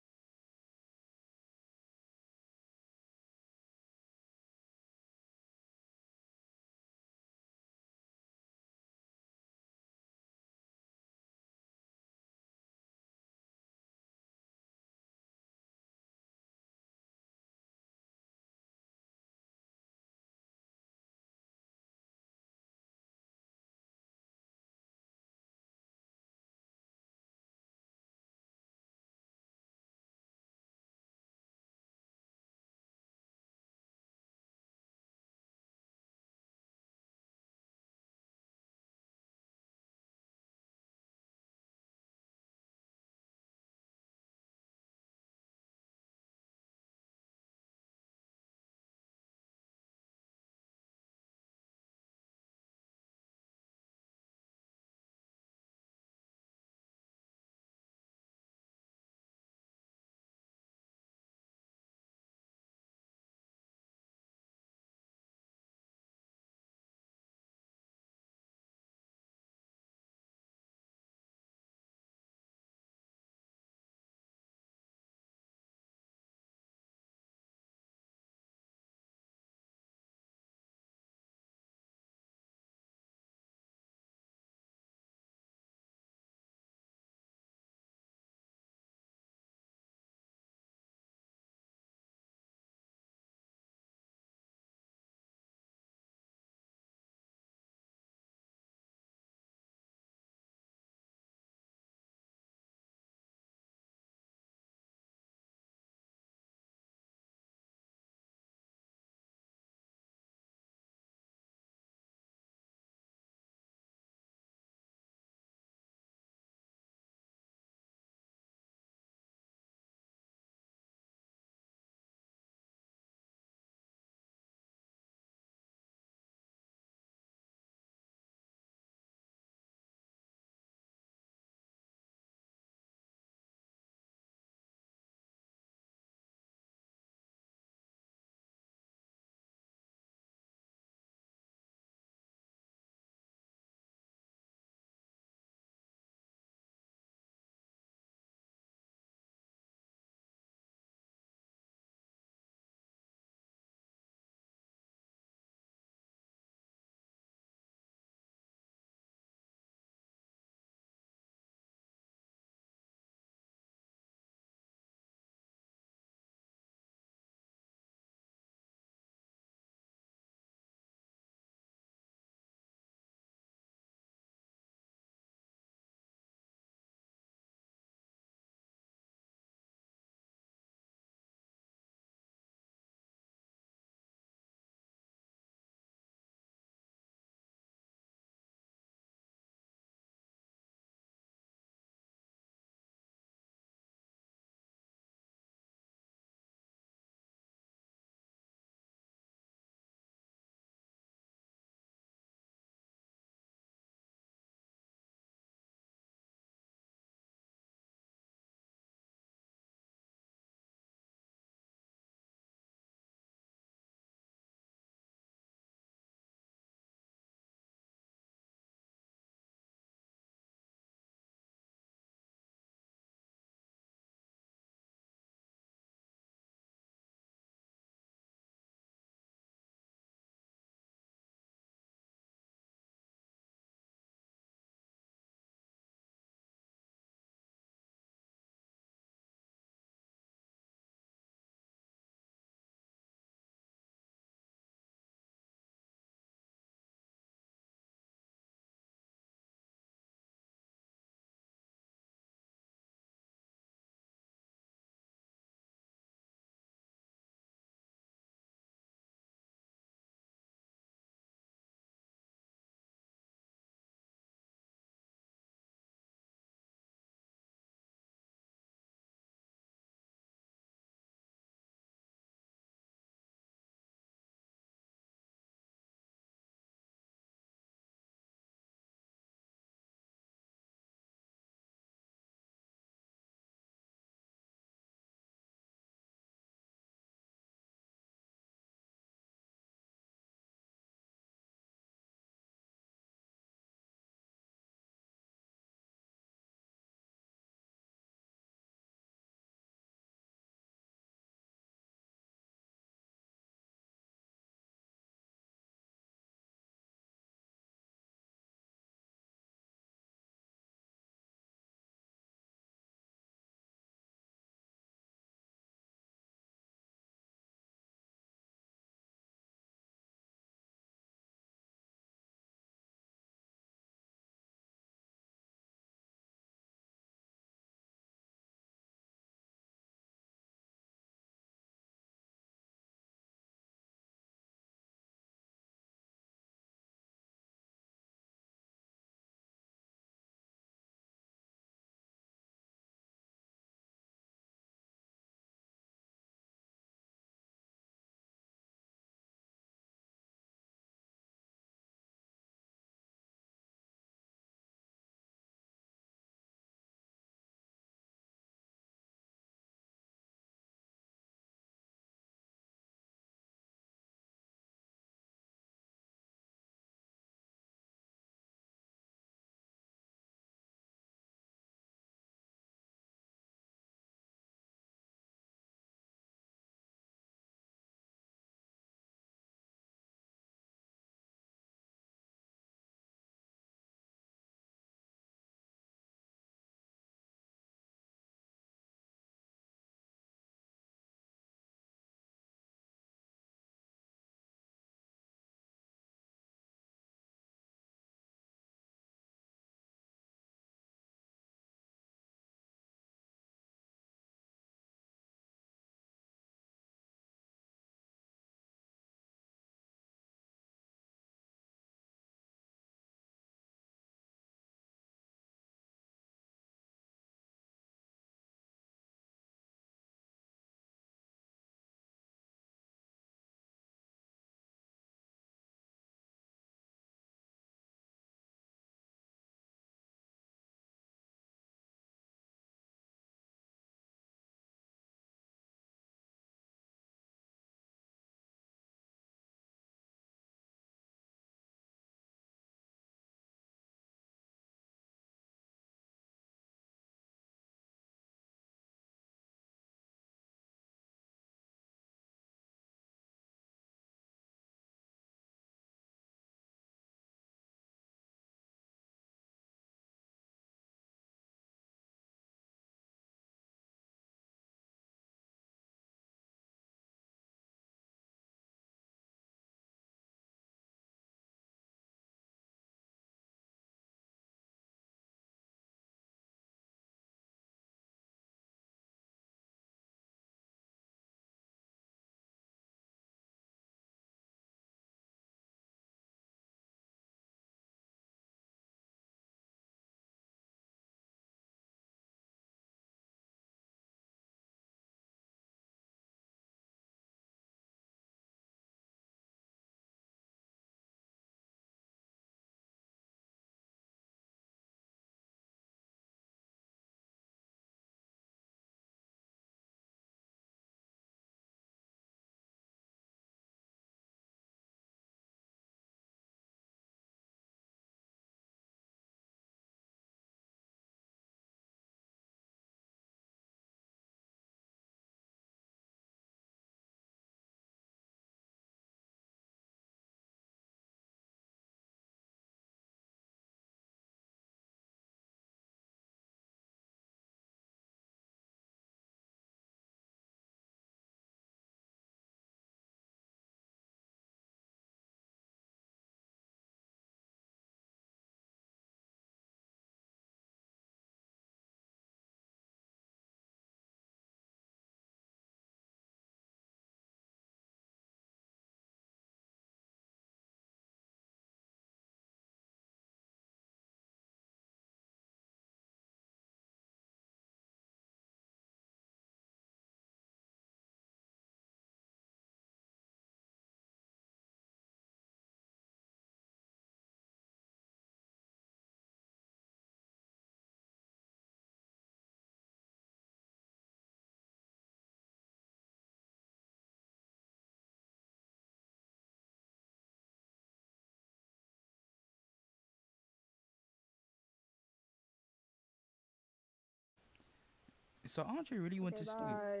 So Andre really went
Okay,
to sleep.
bye.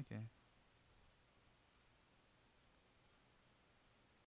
Okay.